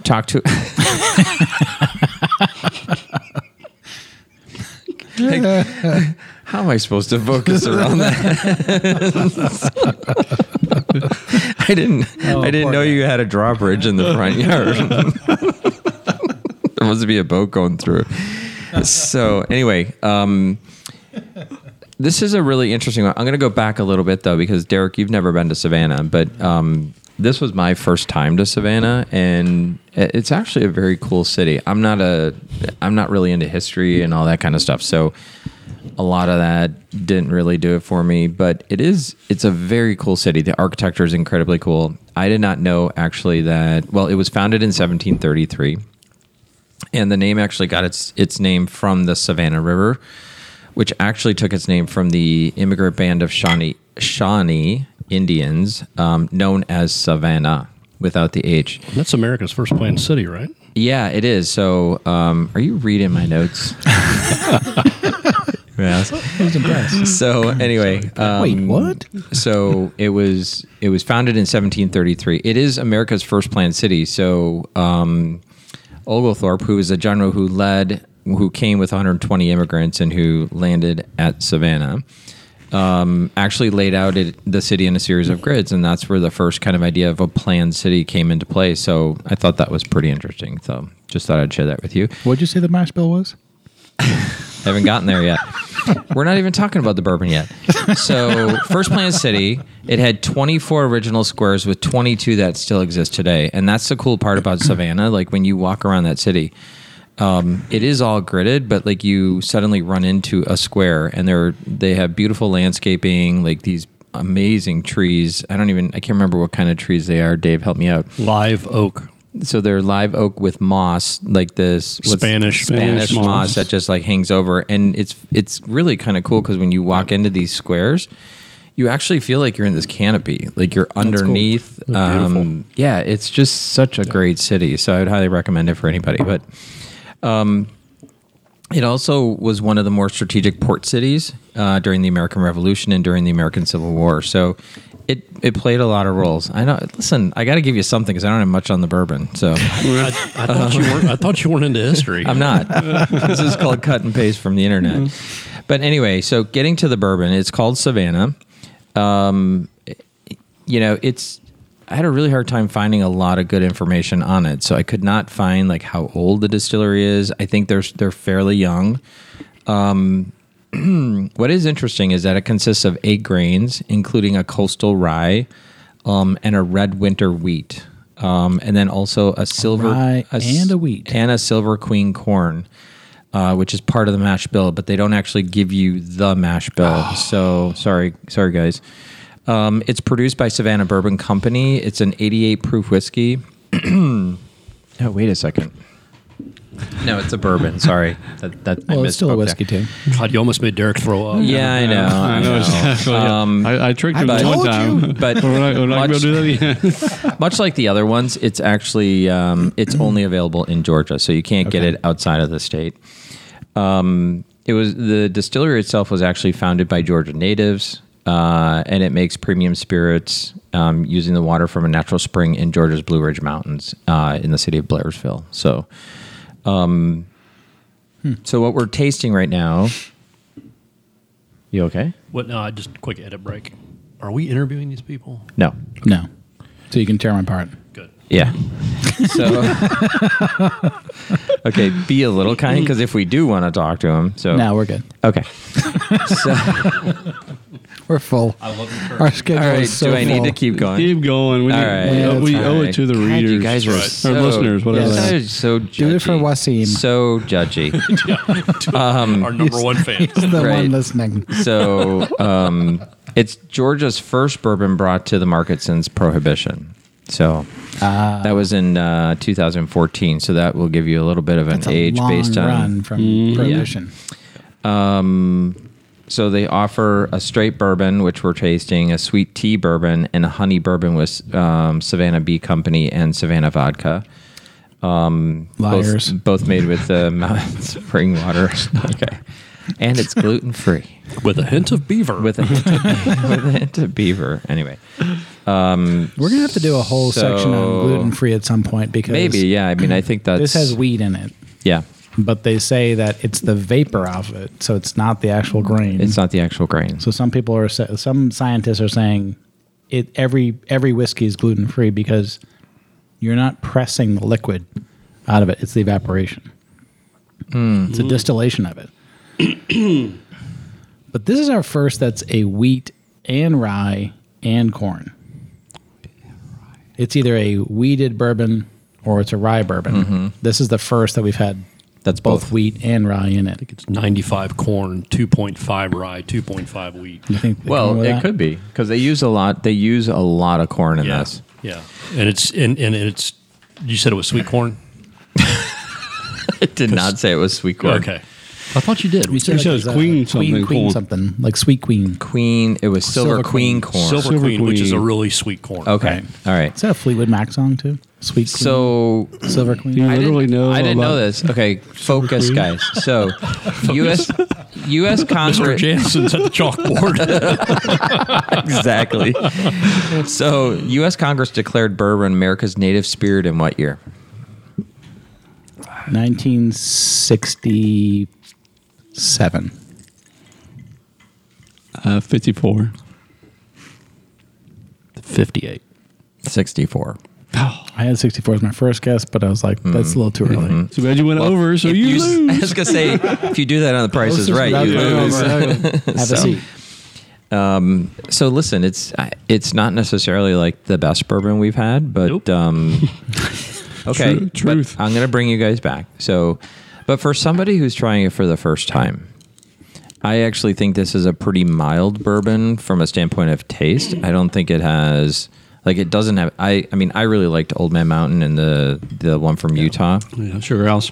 talked to. *laughs* Like, how am I supposed to focus around that? *laughs* I didn't. I didn't
Oh, poor
know
guy.
you had a drawbridge in the
*laughs*
front yard. there must be a boat going through. So anyway, um, this is a really interesting one. I'm going to go back a little bit though, because Derek, you've never been to Savannah, but um, this was my first time to Savannah, and i- it's actually a very cool city. I'm not a, I'm not really into history and all that kind of stuff, so a lot of that didn't really do it for me. But it is, it's a very cool city. The architecture is incredibly cool. I did not know actually that. Well, it was founded in 1733 and the name actually got its its name from the Savannah River, which actually took its name from the immigrant band of Shawnee Shawnee Indians, um, known as Savannah without the H.
That's America's first planned city, right?
Yeah, it is. So, um, are you reading my notes? *laughs* yes.
I was impressed.
So anyway, um,
Wait, what?
so it was it was founded in 1733. It is America's first planned city. So um, Oglethorpe, who was a general who led who came with 120 immigrants and who landed at Savannah, um, actually laid out it, the city in a series of grids, and that's where the first kind of idea of a planned city came into play. So I thought that was pretty interesting. So just thought I'd share that with you.
What'd you say the mash bill was?
Haven't gotten there yet. We're not even talking about the bourbon yet. So, First Plan City, it had 24 original squares with 22 that still exist today. And that's the cool part about Savannah. Like, when you walk around that city, um, it is all gridded, but like you suddenly run into a square and they're, they have beautiful landscaping, like these amazing trees. I don't even, I can't remember what kind of trees they are. Dave, help me out.
Live oak.
So they're live oak with moss, like this what's-
Spanish-
Spanish,
Spanish
moss.
moss.
that just like hangs over, and it's it's really kind of cool because when you walk into these squares, you actually feel like you're in this canopy, like you're underneath. Um, yeah, it's just such a great city. So I would highly recommend it for anybody. But it also was one of the more strategic port cities uh, during the American Revolution and during the American Civil War. So it it played a lot of roles. I know. Listen, I got to give you something because I don't have much on the bourbon. So.
I, I thought you weren't. I thought you weren't into history.
*laughs* I'm not. this is called cut and paste from the internet. But anyway, so getting to the bourbon, it's called Savannah. Um, you know, it's. I had a really hard time finding a lot of good information on it, so I could not find like how old the distillery is. I think they're they're fairly young. Um, *clears throat* What is interesting is that it consists of eight grains, including a coastal rye, um, and a red winter wheat, um, and then also a silver
rye
s-
and a wheat.
and a silver queen corn, uh, which is part of the mash bill. But they don't actually give you the mash bill.
Ah.
So sorry, sorry guys. Um, it's produced by Savannah Bourbon Company. It's an 88 proof whiskey. *clears throat* oh, wait a second. No, it's a bourbon. Sorry, that, that I
Well, it's still a
misspoke
whiskey
there.
too.
God, you almost made Derek throw up.
Yeah, I know. *laughs* I know.
Um, I, I tricked him
but-
one
Told
time.
*laughs*
*laughs*
But
we're not, we're not going
much-
to do that again.
Much like the other ones, it's actually um, it's only available in Georgia, so you can't get it outside of the state. Um, it was the distillery itself was actually founded by Georgia natives, uh, and it makes premium spirits um, using the water from a natural spring in Georgia's Blue Ridge Mountains uh, in the city of Blairsville. So, um, so what we're tasting right now. You okay?
What? No, I just quick edit break. Are we interviewing these people?
No.
No. So you can tear them apart.
Good.
Yeah. So, *laughs* okay, be a little kind because if we do want to talk to him, so
No, we're good.
okay. *laughs*
*laughs*
So,
We're full. I love Our schedule
all right,
is so
do I need to
full.
keep going?
Keep going. We,
All
need-
right.
we-
Yeah,
we
that's
owe
fine.
it to the
God,
readers.
you guys are
Right.
so,
Or listeners, whatever.
You guys are so judgy.
Do it for Wasim.
So judgy.
*laughs*
Our number
*laughs*
one fan.
He's the
Right.
one listening.
So um, it's Georgia's first bourbon brought to the market since Prohibition. So
Ah.
that was in uh, 2014. So that will give you a little bit of an
It's a
age
long
based on Mm,
run from prohibition.
So they offer a straight bourbon, which we're tasting, a sweet tea bourbon, and a honey bourbon with um, Savannah Bee Company and Savannah Vodka. Both-
Liars.
Both, made with uh, *laughs* mountain spring
*laughs*
water. Okay. *laughs* And it's gluten free
with a hint of beaver.
with a
*laughs*
hint of, with a hint of beaver. Anyway,
We're gonna have to do a whole section
So-
on gluten free at some point because
maybe. Yeah. I mean, I think that's.
this has wheat in it,
Yeah.
but they say that it's the vapor off it, so it's not the actual grain.
It's not the actual grain.
so some people are sa- some scientists are saying it every every whiskey is gluten free because you're not pressing the liquid out of it; it's the evaporation.
Hmm.
It's a distillation of it.
*clears throat*
but this is our first that's a wheat and rye and corn. It's either a weeded bourbon or it's a rye bourbon. This is the first that we've had
Mm-hmm. That's
both,
both.
wheat and rye in it.
it's 95 corn, 2.5 rye, 2.5 wheat.
You think they come
Well,
with
it
that?
could be because they use a lot. They use a lot of corn in this. *laughs*
Yeah. And it's and, and it's you said it was sweet corn?
It did not say it was sweet corn.
Okay. I thought you did.
We said
It says
it's, uh, queen
queen something,
queen
corn.
something like sweet queen.
Queen. It was silver,
Silver
queen,
Queen.
corn.
Silver,
Silver
Queen, which is a
Queen.
really sweet corn.
Okay.
Right.
All right.
Is that a Fleetwood Mac song too? Sweet queen,
So
silver queen.
You literally know.
I didn't
about-
know this. Okay, focus, guys.
*laughs*
So, U.S. U.S.
Mr.
Congress
*laughs* Jansen's at the chalkboard.
*laughs* exactly. So, U.S. Congress declared bourbon America's native spirit in what year?
1967.
Uh, 54.
58.
64.
I had 64 as my first guess, but I was like, that's
Mm-hmm.
a little too early.
Too bad you went over, so
If
you,
s- *laughs* I
lose.
was going to say, if you do that on the price is
Closest
right,
without
you
going
lose.
over. *laughs* Have a seat.
So listen, it's I- it's not necessarily like the best bourbon we've had, but
*laughs*
Nope.
um, okay,
True-
but
truth.
I'm gonna bring you guys back. So, but for somebody who's trying it for the first time, I actually think this is a pretty mild bourbon from a standpoint of taste. I don't think it has like it doesn't have. I I mean, I really liked Old Man Mountain and the the one from Utah
Yeah, sugar house.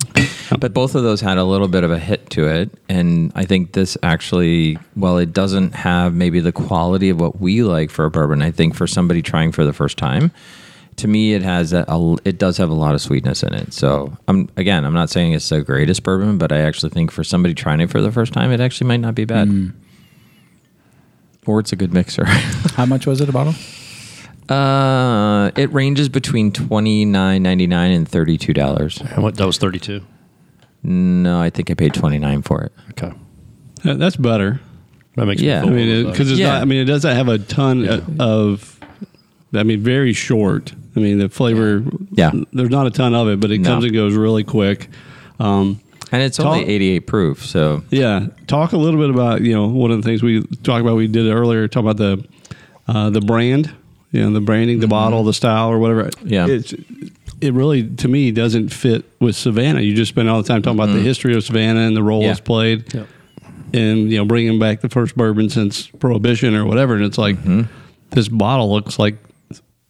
but both of those had a little bit of a hit to it and i think this actually while it doesn't have maybe the quality of what we like for a bourbon i think for somebody trying for the first time to me it has that a, it does have a lot of sweetness in it so i'm again i'm not saying it's the greatest bourbon but i actually think for somebody trying it for the first time it actually might not be bad Mm. or it's a good mixer
How much was it a bottle?
*laughs* uh it ranges between 29.99 and 32 dollars
And what, that was 32.
no i think i paid 29 for it
Okay.
Uh, That's better.
That makes
I
Yeah.
me feel a
mean,
little better.
because it's
Yeah.
not. I mean, it doesn't have a ton uh of. I mean, very short. I mean, the flavor.
Yeah.
There's not a ton of it, but it
No.
comes and goes really quick. Um,
And it's
Tall-
only 88 proof, so
yeah. Talk a little bit about you know one of the things we talked about. We did earlier. Talk about the uh, the brand. You know, the branding, the bottle, the style, or whatever.
Mm-hmm. Yeah.
It's it really to me doesn't fit with Savannah. You just spend all the time talking about the history of Savannah and the role
Mm-hmm. Yeah.
it's played. and you know bringing back the first bourbon since prohibition or whatever and it's like
Mm-hmm.
this bottle looks like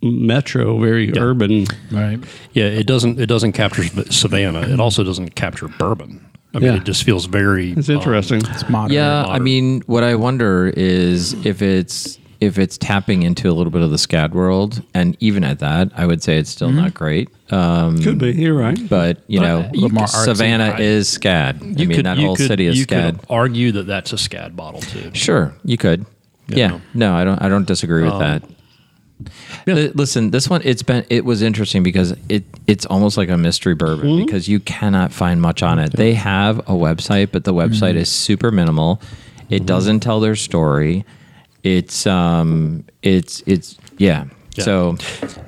metro very urban
Right.
Yeah, it doesn't it doesn't capture Sav- Savannah. It also doesn't capture bourbon. I mean,
Yeah.
it just feels very.
it's
Oh,
um,
interesting
It's modern.
yeah. I
modern.
mean, what I wonder is if it's if it's tapping into a little bit of the scad world, and even at that, I would say it's still
Mm-hmm.
not great. Um,
could be you're right
but you know,
you could-
Savannah
artsy.
is scad. I mean, that
you
whole city is
you
scad.
Could argue that that's a scad bottle too.
Sure, you could. Yeah. No, I don't. I don't disagree
Um,
with that. Li- Listen, this one it's been it was interesting because it it's almost like a mystery bourbon
Hmm?
because you cannot find much on it. They have a website, but the website
Hmm.
is super minimal. It doesn't tell their story. It's um it's it's yeah.
Yeah.
So,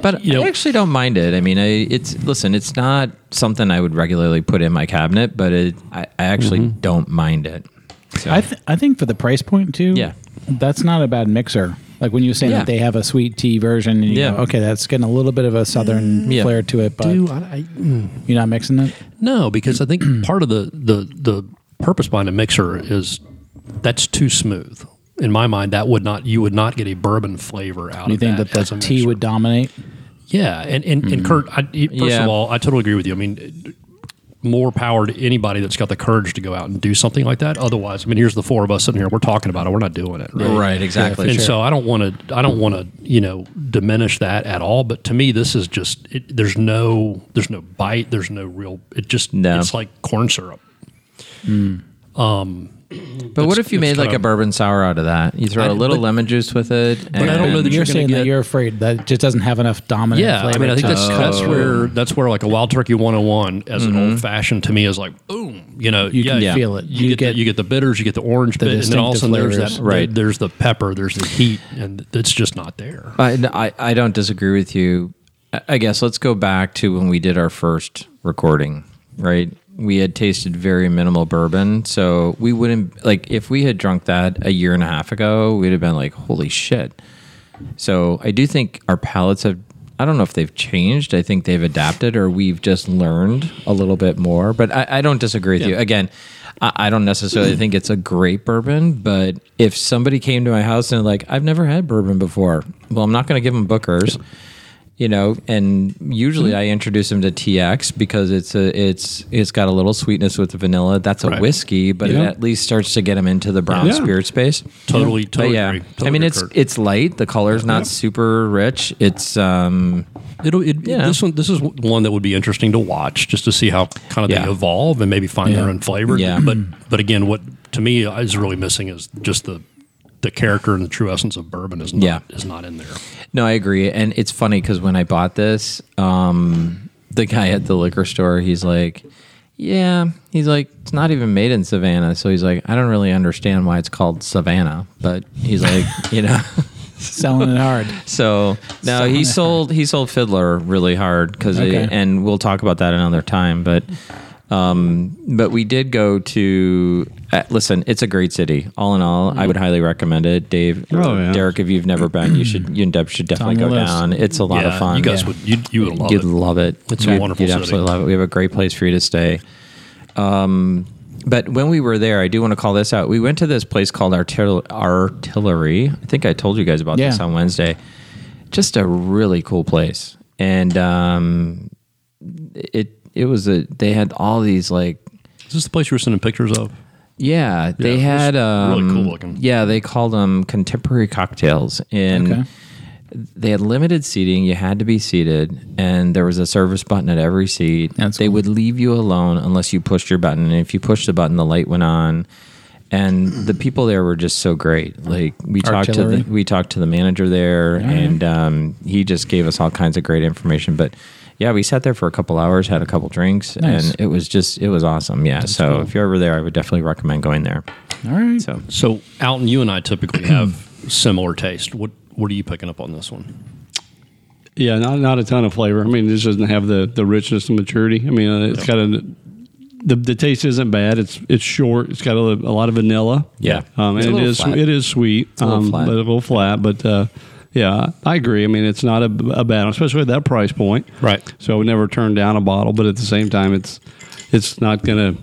but
You know-
I actually don't mind it. I mean, I, it's listen, it's not something I would regularly put in my cabinet, but it I, I actually
Mm-hmm.
don't mind it. So.
I, th- I think for the price point, too,
Yeah.
that's not a bad mixer. Like when you were saying
Yeah.
that they have a sweet tea version, and you
Yeah. Mm.
go, okay, that's getting a little bit of a southern
Yeah.
flair to it, but
I,
you're not mixing it?
no, because
*clears throat*
I think part of the the the purpose behind a mixer is that's too smooth. In my mind, that would not you would not get a bourbon flavor out
Do you
of
think
that.
that,
as a
the tea
mixer.
would Mm-hmm. dominate?
Yeah, and and, and Kurt, I, first
Yeah.
of all, I totally agree with you. I mean, more power to anybody that's got the courage to go out and do something like that. Otherwise, I mean, here's the four of us sitting here. We're talking about it. We're not doing it. Right.
Right, exactly.
And so I don't want to. I don't want to. You know, diminish that at all. But to me, this is just. It, there's no. There's no bite. There's no real. It just.
No.
It's like corn syrup.
But what if you
it's
made like
kinda-
a bourbon sour out of that? You throw a little lemon juice with it. But
I don't know that
you're,
you're gonna
saying
get-
that you're afraid that it just doesn't have enough dominant
Yeah,
flavor.
I mean, I think
to it.
that's that's where that's where like a wild turkey 101 as
Mm-hmm.
an old fashioned to me is like boom, you know, you
can feel it.
You, get, the, you get the bitters, you get the orange
the
bit, and then all of a sudden
distinctive
there's that
flavors.
Right.
there's the pepper, there's the heat, and it's just not there.
I, I, I don't disagree with you. I- I guess let's go back to when we did our first recording, right? We had tasted very minimal bourbon. So we wouldn't, like, if we had drunk that a year and a half ago, we'd have been like, holy shit. So I do think our palates have. I don't know if they've changed. I think they've adapted, or we've just learned a little bit more. But I, I don't disagree with you. Again, I, I don't necessarily think it's a great bourbon. But if somebody came to my house and like, I've never had bourbon before, well, I'm not going to give them Booker's, you know. And usually, I introduce them to TX because it's a it's it's got a little sweetness with the vanilla. That's a
Right.
whiskey, but it at least starts to get them into the brown
Yeah.
spirit space.
Totally, totally.
But yeah,
agree. Totally
I mean
agree,
it's
Kurt.
it's light. The color's not super rich. It's um
It'll, it,
Yeah.
This one, this is one that would be interesting to watch, just to see how kind of
Yeah.
they evolve and maybe find their
Yeah.
own flavor.
Yeah.
But but again, what to me is really missing is just the the character and the true essence of bourbon is not
Yeah.
is not in there.
no, I agree. And it's funny because when I bought this, um the guy at the liquor store, he's like, Yeah, he's like, it's not even made in Savannah. So he's like, I don't really understand why it's called Savannah, but he's like, *laughs* you know.
*laughs* Selling it hard.
So no,
Selling
he
it
sold he sold Fiddler really hard because,
Okay.
and we'll talk about that another time. But, um, but we did go to. Uh, listen, it's a great city. All in all, I would highly recommend it. Dave,
Oh, yeah.
Derek, if you've never been, you should you and Deb should definitely
on the
go
list.
down. It's a lot
yeah,
of fun.
You guys would you you would love
you'd
it.
love it.
It's a
you'd,
wonderful
You'd
city.
absolutely love it. We have a great place for you to stay. Um, but when we were there, I do want to call this out. We went to this place called Artil- Artillery. I think I told you guys about this
Yeah.
on Wednesday. Just a really cool place, and um, it it was a they had all these like
Is this the place you were sending pictures of?
yeah, they
Yeah, it was
had um,
really cool looking.
Yeah, they called them contemporary cocktails, and
Okay.
they had limited seating. You had to be seated, and there was a service button at every seat.
That's
they would leave you alone unless you pushed your button, and if you pushed the button, the light went on. And the people there were just so great. Like we talked to
Artillery.
the, we talked to the manager there, and um, he just gave us all kinds of great information. But yeah, we sat there for a couple hours, had a couple drinks,
Nice.
and it was just it was awesome. Yeah. so
cool.
if you're ever there, I would definitely recommend going there.
All right.
So
So Alton, you and I
*clears throat*
typically have similar taste. What what are you picking up on this one?
Yeah, not not a ton of flavor. I mean, this doesn't have the the richness and maturity. I mean, uh, it's got a the, the taste isn't bad. It's it's short. It's got a, a lot of vanilla.
Yeah.
um,
It's
and
a
it
little
is
flat.
it is sweet.
a little
um,
flat.
but a little flat. But uh, yeah, I agree. I mean, it's not a, a bad, especially at that price point.
Right.
So I would never turn down a bottle, but at the same time, it's it's not gonna.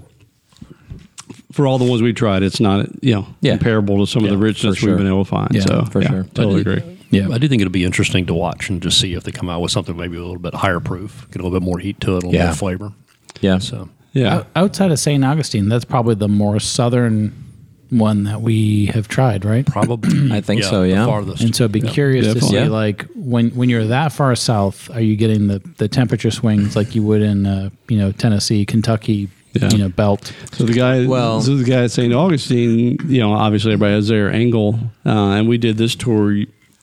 For all the ones we tried, it's not you know
Yeah.
comparable to some of
Yeah,
the
for
richness
sure.
we've been able to find.
Yeah,
so
for
yeah,
sure.
totally
But it-
agree.
Yeah.
I do think it'll be interesting to watch and just see if they come out with something maybe a little bit higher proof, get a little bit more heat to it, a little
Yeah.
more flavor.
yeah,
So
Yeah,
O- Outside of St. Augustine, that's probably the more southern one that we have tried, right?
*clears throat*
probably
I think so,
the
yeah.
farthest.
And so I'd be curious to
definitely.
see,
Yeah.
like, when, when you're that far south, are you getting the, the temperature swings like you would in, uh, you know, Tennessee, Kentucky,
Yeah.
you know, belt?
So the guy,
Well-
so the guy at St. Augustine, you know, obviously everybody has their angle, uh, and we did this tour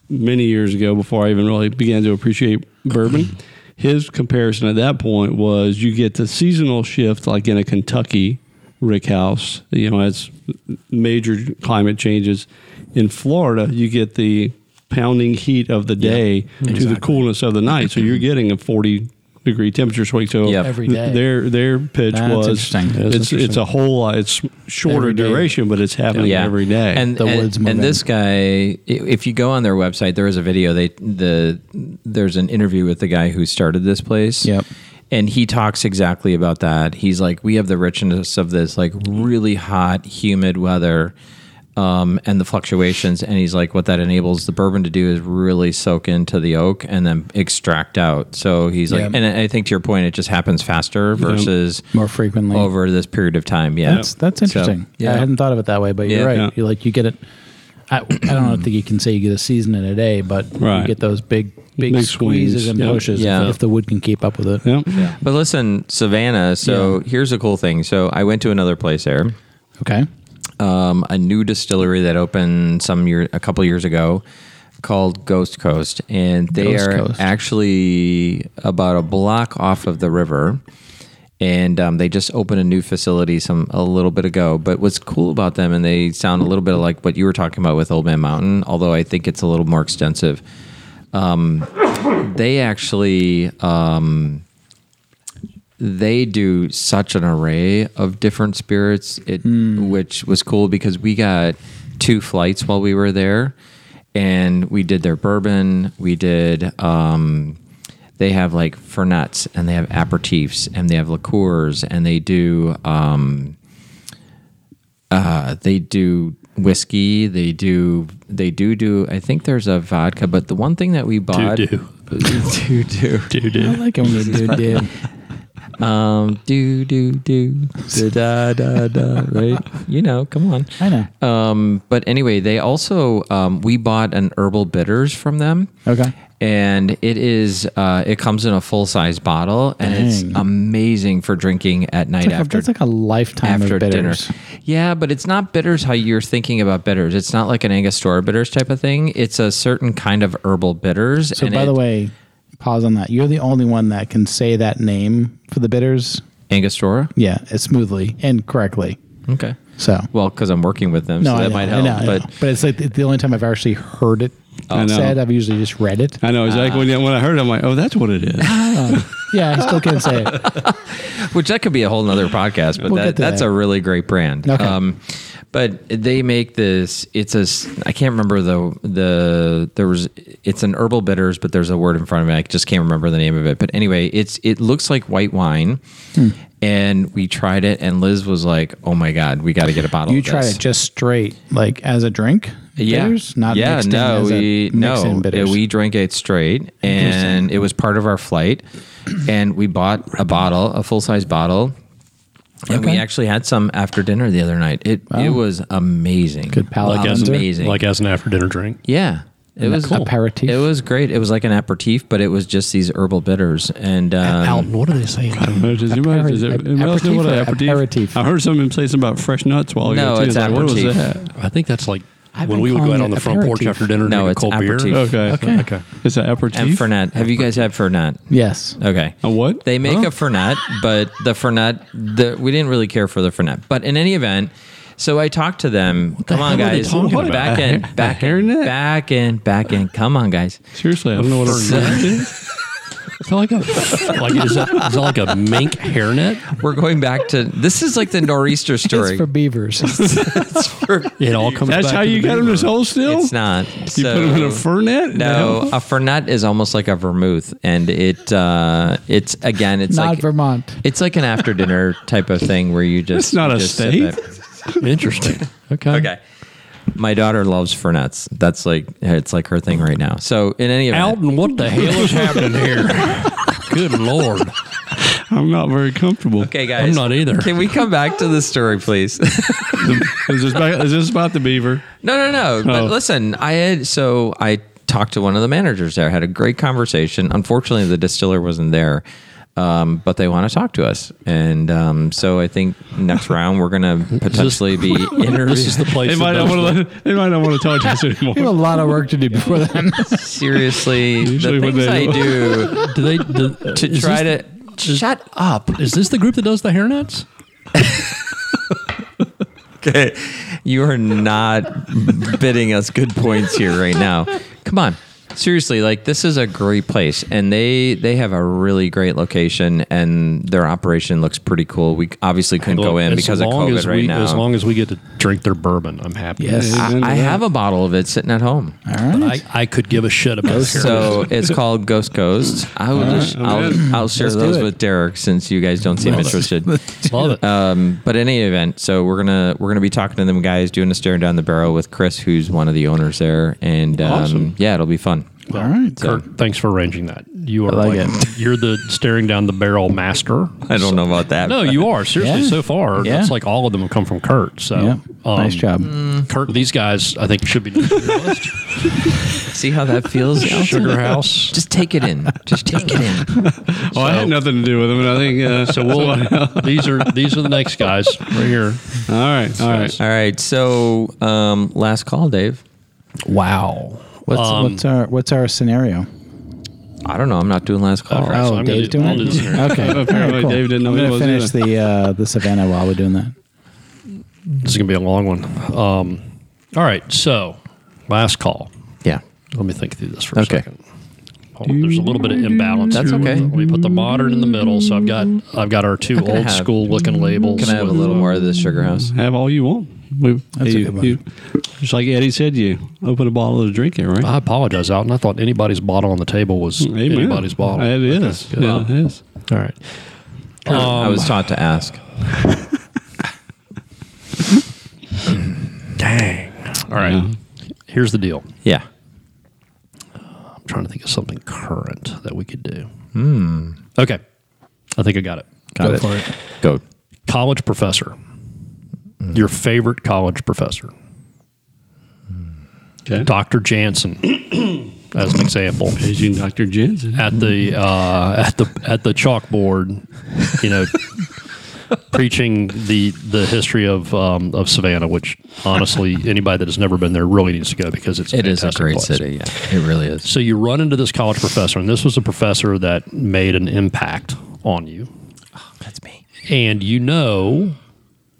many years ago before I even really began to appreciate bourbon. His comparison at that point was you get the seasonal shift, like in a Kentucky rickhouse, you know, as major climate changes. In Florida, you get the pounding heat of the day to the coolness of the night, so you're getting a forty degree temperature swing. So
Yep.
Every day.
their their pitch
That's
was
interesting. That's
it's it's
interesting.
a whole lot. It's shorter
Every day.
duration, but it's happening
yeah,
every day.
And
Oh, The
and,
woods
and
moving.
this guy, i- if you go on their website, there is a video. They the there's an interview with the guy who started this place.
Yep.
And he talks exactly about that. He's like, we have the richness of this like really hot, humid weather, um, and the fluctuations. And he's like, what that enables the bourbon to do is really soak into the oak and then extract out. So he's like,
Yeah.
and I think to your point, it just happens faster versus
More frequently.
over this period of time. Yeah,
That's that's
So,
interesting. yeah, I hadn't thought of it that way, but you're
Yeah.
right.
Yeah.
You like you get it. I, I don't think you can say you get a season in a day, but
Right.
you get those big big,
Big
squeezes
swings.
and
Yeah.
pushes
Yeah.
If, if the wood can keep up with it.
Yep.
But listen, Savannah. So here's a cool thing. So I went to another place there,
Okay,
um, a new distillery that opened some year, a couple years ago, called Ghost Coast, and they
Ghost
are
Coast.
actually about a block off of the river. And um, they just opened a new facility some a little bit ago. But what's cool about them, and they sound a little bit like what you were talking about with Old Man Mountain, although I think it's a little more extensive. Um, they actually they do such an array of different spirits, it,
Hmm.
which was cool because we got two flights while we were there, and we did their bourbon. We did. Um, they have like fernuts, and they have aperitifs, and they have liqueurs, and they do. Um, uh, they do whiskey. They do. They do do. I think there's a vodka, but the one thing that we bought.
do.
*laughs* do
*laughs*
do.
Dude,
I like it when you do do.
Um, do do do *laughs* da da da da. Right? You know, come on.
I know.
Um, but anyway, they also um, we bought an herbal bitters from them.
Okay.
And it is uh, it comes in a full size bottle, and
Dang.
it's amazing for drinking at night
Like a-
after
that's like a lifetime
after
of bitters.
dinner. Yeah, but it's not bitters how you're thinking about bitters. It's not like an Angostura bitters type of thing. It's a certain kind of herbal bitters.
So by the way, pause on that. You're the only one that can say that name for the bitters
Angostura.
Yeah, it's smoothly and correctly.
Okay.
So
Well, because I'm working with them, so
I
that
know,
might
I
help.
know, I
but
know. but it's like the- the only time I've actually heard it
I know.
said. I've usually just read it.
I know exactly when, when I heard it. I'm like, oh, that's what it is.
Yeah, I still can't say it.
which that could be a whole nother podcast, but
We'll
that,
get to
that's
that.
a really great brand. Um,
Okay.
but they make this. It's a. s- I can't remember the the there was. It's an herbal bitters, but there's a word in front of it. I just can't remember the name of it. But anyway, it's it looks like white wine,
Hmm.
and we tried it, and Liz was like, "Oh my god, we got to get a bottle."
You
of
tried
this.
it just straight, like as a drink.
Yeah,
bitters? not
yeah,
mixed
no,
in as
we
a mix
no,
in bitters.
we drank it straight, and it was part of our flight, and we bought a bottle, a full size bottle, and we
Okay.
actually had some after dinner the other night. It it was amazing,
Good palate
Like,
cleanser?
amazing,
Like as an after dinner drink.
yeah. It was
aperitif?
It was great. It was like an aperitif, but it was just these herbal bitters, and um,
Alton, what do they say?
Does anybody- does
Aperi-
anybody else know what an
aperitif or aperitif?
I heard someone say something about fresh nuts while
No,
ago. too.
it's
like, what was
aperitif.
that?
I think that's like
I've
when
been
we would go
calling
out
it
on the front porch
aperitif.
after dinner and
No,
drink
it's
a cold
aperitif.
beer.
Okay.
Okay.
Okay.
It's an aperitif.
and fernet. Have you guys had fernet?
yes.
Okay.
A what?
They make
Huh?
a fernet, but the fernet, the, we didn't really care for the fernet. But in any event, so I talked to them. Come on,
hell are they
guys,
talking about?
back in, back in,
hairnet?
back in, back in. Come on, guys.
Seriously, I don't know what a fernet is. It's not like a
*laughs* like is that, is that like a mink hairnet?
We're going back to this is like
*laughs*
the nor'easter
It's
story.
for beavers.
It all comes.
That's
back
how
to
you
the
got him to
beaver.
hold still?
*laughs* it's not.
You
so,
put him in a fernet?
No, a fernet is almost like a vermouth, and it uh, it's again, it's
not
like
Vermont.
it's like an after dinner type of thing where you just
That's not
you
a
just sip
state.
it. *laughs*
Interesting. Okay.
Okay. My daughter loves Fernets. That's like it's like her thing right now. So in any event,
Alton, what the hell is happening here? Good lord.
I'm not very comfortable.
okay, guys,
I'm not either.
Can we come back to the story, please?
*laughs*
*laughs*
Is this, about, is this about the beaver?
no, no, no. But
Oh.
listen, I had so I talked to one of the managers there. Had a great conversation. Unfortunately, the distiller wasn't there, um, but they want to talk to us, and um, so I think
*laughs*
next round we're gonna potentially be
This
interviewed.
is the place.
They might,
that
not
does
want to, they might not want to talk to us *laughs* anymore.
We have a lot of work to do before then.
Seriously,
Usually
the
when
things
they-
I do
that. do they
*laughs*
do,
to
is
try
this,
to shut up.
Is this the group that does the hairnets?
Okay. You are not bidding us good points here right now. Come on. Seriously, like this is a great place and they they have a really great location and their operation looks pretty cool. We obviously couldn't go in
As
because of
long
COVID
as
right
we,
now.
As long as we get to drink their bourbon, I'm
*laughs*
happy. *laughs*
Yes.
Yeah.
I, I have a bottle of it sitting at home.
All right.
I, I could give a shit about
So *laughs* it's called Ghost Coast. I will just, I'll, I'll share
Let's do
those
it.
with Derek since you guys don't seem interested.
hairnets. Love it.
Um, but in any event, so we're gonna we're gonna be talking to them guys, doing a staring down the barrel with Chris, who's one of the owners there, and um,
Awesome.
yeah, it'll be fun.
All right.
Kurt, thanks for arranging that. You are
like
like, *laughs* you're the staring down the barrel master.
I don't know about that.
No, you are seriously.
Yeah.
So far,
Yeah.
that's like all of them have come from Kurt. So
Yeah.
um,
nice job.
Kurt. These guys, I think, should be on your list.
*laughs* see how that *laughs* feels. Elton?
Sugar House.
Just take it in. Just take it in.
Well, I had nothing to do with him, and I think uh, so. We'll, all right,
these are these are the next guys right here.
all right.
*laughs* All right. So um, last call, Dave.
Wow. What's what's our what's our scenario?
I don't know. I'm not doing last call.
right. so
Oh,
I'm
Dave's
gonna do-
doing
I'll do the
it.
scenario.
*laughs* Okay.
Apparently
All right, cool.
Dave didn't know
I'm
he
gonna
was
finish the uh, the Savannah while we're doing that.
This is gonna be a long one. Um, all right. So last call.
Yeah.
Let me think through this for a
Okay.
second. Hold on, There's a little bit of imbalance.
That's
here.
okay.
Let me put the modern in the middle. So I've got I've got our two
I
old
have-
school looking labels.
Can I have a
with-
little more of this Sugar House?
Have all you want. We,
That's a
you-
good one.
you- just like Eddie said, you open a bottle to drink it, right?
Ah,
I apologize, Alton. I thought anybody's bottle on the table was
Mm, Amen.
anybody's bottle.
It is.
good.
Yeah, it is.
All right.
I was taught to ask.
Dang. All right. Here's the deal.
Yeah.
I'm trying to think of something current that we could do. Hmm. Okay. I think I got it.
Got
Go
it.
for it.
Go.
College professor. Your favorite college professor.
Okay.
Dr. Jansen, *clears throat* as an example.
Aging Dr. Jensen.
at the uh, at the at the chalkboard, you know, preaching the the history of um, of Savannah, which honestly anybody that has never been there really needs to go because it's
It is a
fantastic
great
place.
city. Yeah. It really is.
So you run into this college professor, and this was a professor that made an impact on you.
That's me.
and you know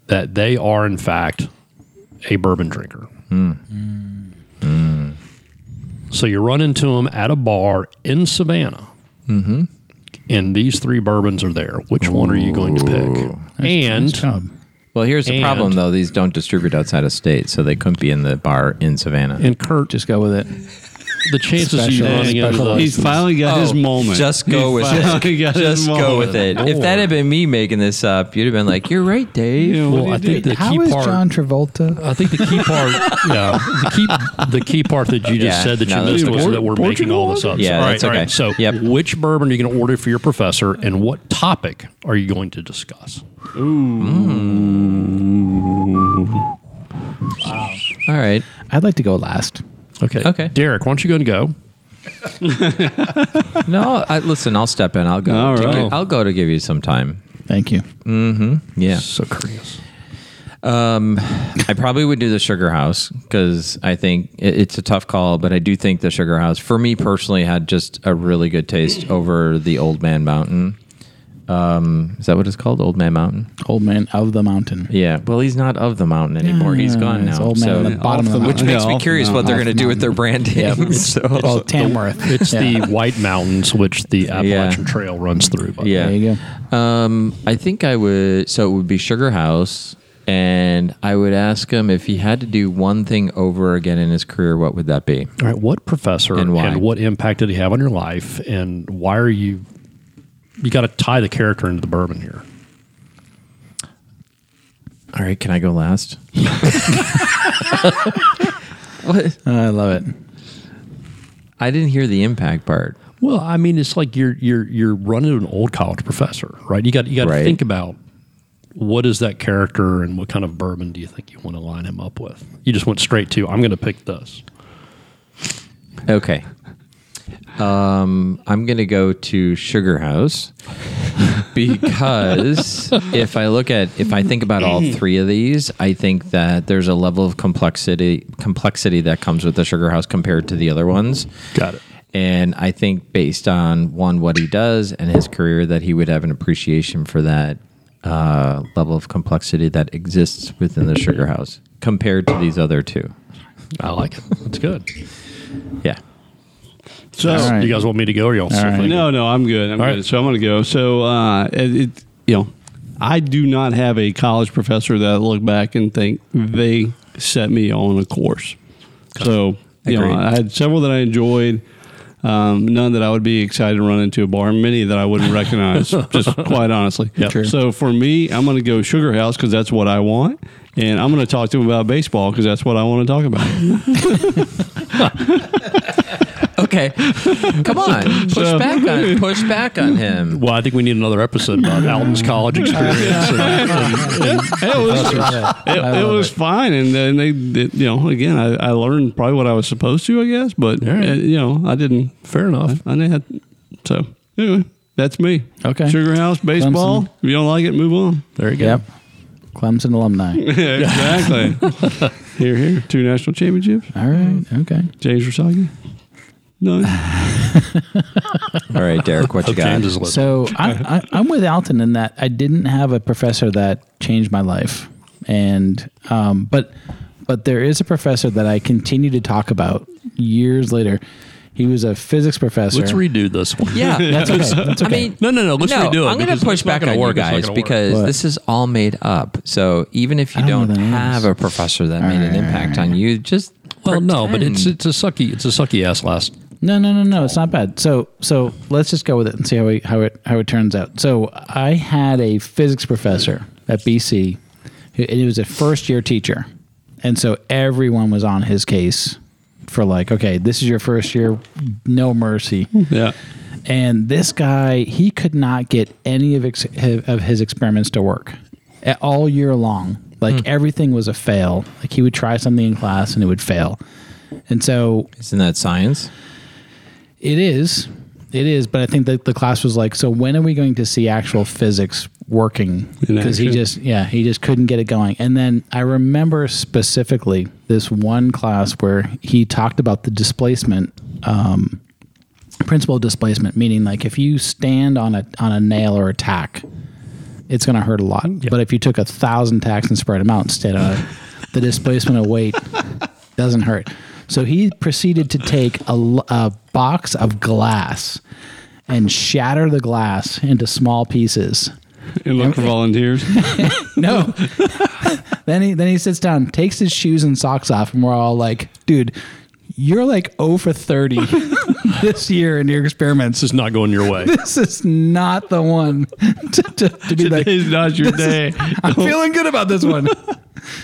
that they are in fact a bourbon drinker. Hmm. So you run into them at a bar in Savannah, and these three bourbons are there. Which one are you going to pick?
Nice
and
job.
Well, here's the problem
And-
though. These don't distribute outside of state, so they couldn't be in the bar in Savannah.
and Kurt,
Just go with it.
the chances of you
Special-
running into
special
the,
He's finally got his
Oh,
moment.
Just go
He
with
finally
it.
got his
Just go
moment.
with it. If
Lord.
that had been me making this up, you'd have been like, "You're right, Dave."
You know,
well,
what
I
do you
think
do?
the
How
key
is
part.
John Travolta?
I think the key
*laughs*
part, yeah, the key, the key part that you just
Yeah,
said that you
no, that's
missed was
okay.
that we're making all this up.
Yeah,
all right,
that's
all
okay.
right. So,
Yep.
which bourbon are you going to order for your professor, and what topic are you going to discuss?
All right.
I'd like to go last.
Okay,
Okay.
Derek, why don't you go and go?
No, I, listen. I'll step in. I'll go.
All
to
right.
gi- I'll go to give you some time.
Thank you.
Yeah.
So curious.
I probably would do the Sugar House because I think it, it's a tough call, but I do think the Sugar House, for me personally, had just a really good taste over the Old Man Mountain. Um, is that what it's called? Old Man Mountain?
Old man of the mountain.
Yeah. Well, he's not of the mountain anymore. he's gone
It's
now.
Old man
so
on the bottom of the
which
mountain.
makes
Yeah,
me
off the
curious what they're
mountain.
going to do with their branding. *laughs* so,
Oh, Tamworth.
It's
Yeah.
the White Mountains, which the Appalachian Trail runs through. By
yeah.
There you go.
Um, I think I would. So it would be Sugar House, and I would ask him if he had to do one thing over again in his career, what would that be?
All right, what professor
And why?
what impact did he have on your life, and why are you? You got to tie the character into the bourbon here.
All right, can I go last?
I love *laughs* it.
I didn't hear the impact part.
Well, I mean, it's like you're you're you're running an old college professor, right? You got you got to
Right.
think about what is that character and what kind of bourbon do you think you want to line him up with? You just went straight to I'm going to pick this.
Okay. Um, I'm going to go to Sugar House *laughs* because if I look at if I think about all three of these, I think that there's a level of complexity complexity that comes with the Sugar House compared to the other ones.
Got it.
And I think based on one what he does and his career that he would have an appreciation for that uh, level of complexity that exists within the Sugar House compared to these other two.
I like it. That's good.
Yeah.
So,
All right.
You guys want me to go or y'all?
right.
all
No, no, I'm good. I'm
All
good.
right.
So I'm going to go. So uh, it, it, you know, I do not have a college professor that I look back and think they set me on a course. So you know,
Agreed.
I had several that I enjoyed. Um, none that I would be excited to run into a bar. Many that I wouldn't recognize. just quite honestly.
True.
So for me, I'm going to go Sugar House because that's what I want, and I'm going to talk to him about baseball because that's what I want to talk about.
Okay. Come *laughs* on. Push back on push back on him.
Well, I think we need another
*laughs*
episode about Alton's college experience.
it was,
Yeah. *laughs*
it,
I
it
love
was
it.
fine, and then they, did- you know, again, I, I learned probably what I was supposed to, I guess, but
Yeah.
uh, you know, I didn't.
Fair enough.
I didn't have, so anyway, that's me.
Okay.
Sugar House baseball.
Clemson.
If you don't like it, move on. *laughs*
There you go.
Yep. Clemson *laughs* alumni.
Yeah, exactly. here, here, two national championships.
All right. Okay.
James Rasagi. No,
All right, Derek, what you
Hope
got?
James is listening.
So I, I, I'm with Alton in that I didn't have a professor that changed my life, and um, but but there is a professor that I continue to talk about years later. He was a physics professor.
Let's redo this one.
Yeah.
That's
*laughs*
okay. That's
I
okay.
mean,
No, no, no, let's redo it
I'm going
because
to push
it's not
back
gonna
on
work.
you
It's not
guys
gonna work.
because
What?
this is all made up. So even if you
I don't
don't,
know what that
have
is.
a professor that made
Alright,
an impact on you, just
*laughs* Well, no, but it's
pretend.
it's a sucky it's a sucky ass last.
No, no, no, no. It's not bad. So, so let's just go with it and see how we, how it how it turns out. So, I had a physics professor at BC, who, and he was a first year teacher, and so everyone was on his case for like, okay, this is your first year, no mercy.
yeah.
And this guy, he could not get any of ex- of his experiments to work A- all year long. Like everything was a fail. Like he would try something in class and it would fail. And so
isn't that science?
it is. It is, but I think that the class was like, so when are we going to see actual physics working?
In
Because he
action.
just, yeah, he just couldn't get it going. And then I remember specifically this one class where he talked about the displacement, um, principle of displacement, meaning like if you stand on a on a nail or a tack, it's going to hurt a lot. But if you took a thousand tacks and spread them out instead of the displacement of weight doesn't hurt. So he proceeded to take a, l- a box of glass and shatter the glass into small pieces.
and look for volunteers. *laughs*
No. *laughs* then he then he sits down, takes his shoes and socks off, and we're all like, dude, you're like 0 for 30 *laughs* this year in your experiments.
This is not going your
*laughs*
way.
This is not the one *laughs* to, to, to be like,
Today's not your day.
*laughs* I'm feeling good about this one.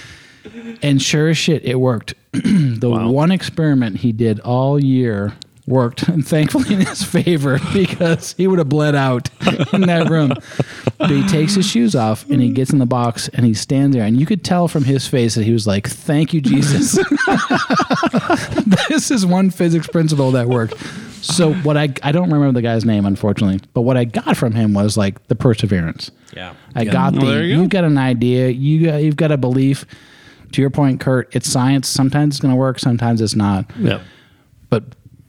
*laughs* and sure as shit, it worked. *clears throat* the one experiment he did all year worked, and thankfully in his favor *laughs* because he would have bled out *laughs* in that room. but he takes his shoes off and he gets in the box and he stands there, and you could tell from his face that he was like, "Thank you, Jesus." *laughs* this is one physics principle that worked. So what I I don't remember the guy's name unfortunately, but what I got from him was like the perseverance.
Yeah.
I got
Well,
the.
Oh, there you
you
go.
have got an idea. You got, you've got a belief. To your point, Kurt, it's science. Sometimes it's going to work. Sometimes it's not.
yeah.
But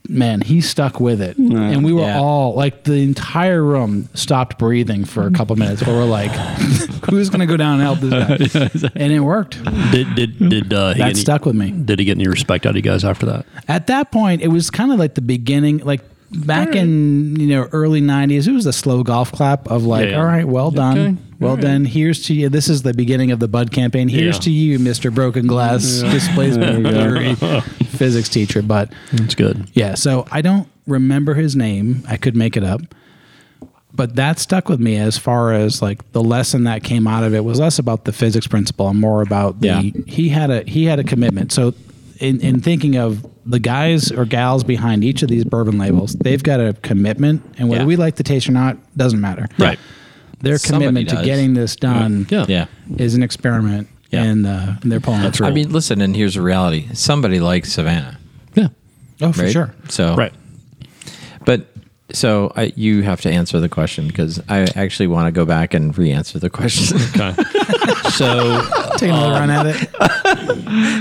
man, he stuck with it, and we were
yeah.
all like the entire room stopped breathing for a couple minutes. Where we're like, *laughs* who's going to go down and help
*laughs*
this guy? and it worked.
Did did did uh, he
That
get any-
stuck with me.
Did he get any respect out of you guys after that?
At that point, it was kind of like the beginning, like. Back in you know early '90s, it was a slow golf clap of like,
Yeah, yeah.
all right, well done,
Okay.
well done. Here's to you. This is the beginning of the Bud campaign. Here's
Yeah.
to you, Mister Broken Glass Displacement Theory
*laughs*
physics teacher. But
That's good.
yeah, so I don't remember his name. I could make it up. But that stuck with me as far as like the lesson that came out of it was less about the physics principle and more about the
Yeah.
he had a he had a commitment. So in, in thinking of the guys or gals behind each of these bourbon labels, they've got a commitment and whether
Yeah.
we like the taste or not, doesn't matter.
Right.
Their
Somebody
commitment to
does.
getting this done
Yeah.
Yeah.
is an experiment
Yeah.
and, uh, and they're pulling it through.
I mean, listen, and here's the reality. Somebody likes Savannah,
Yeah.
oh for
right?
sure.
So
Right.
But so I, you have to answer the question because I actually want to go back and re-answer the question.
Okay.
*laughs* so
Take another run at
*laughs*
it.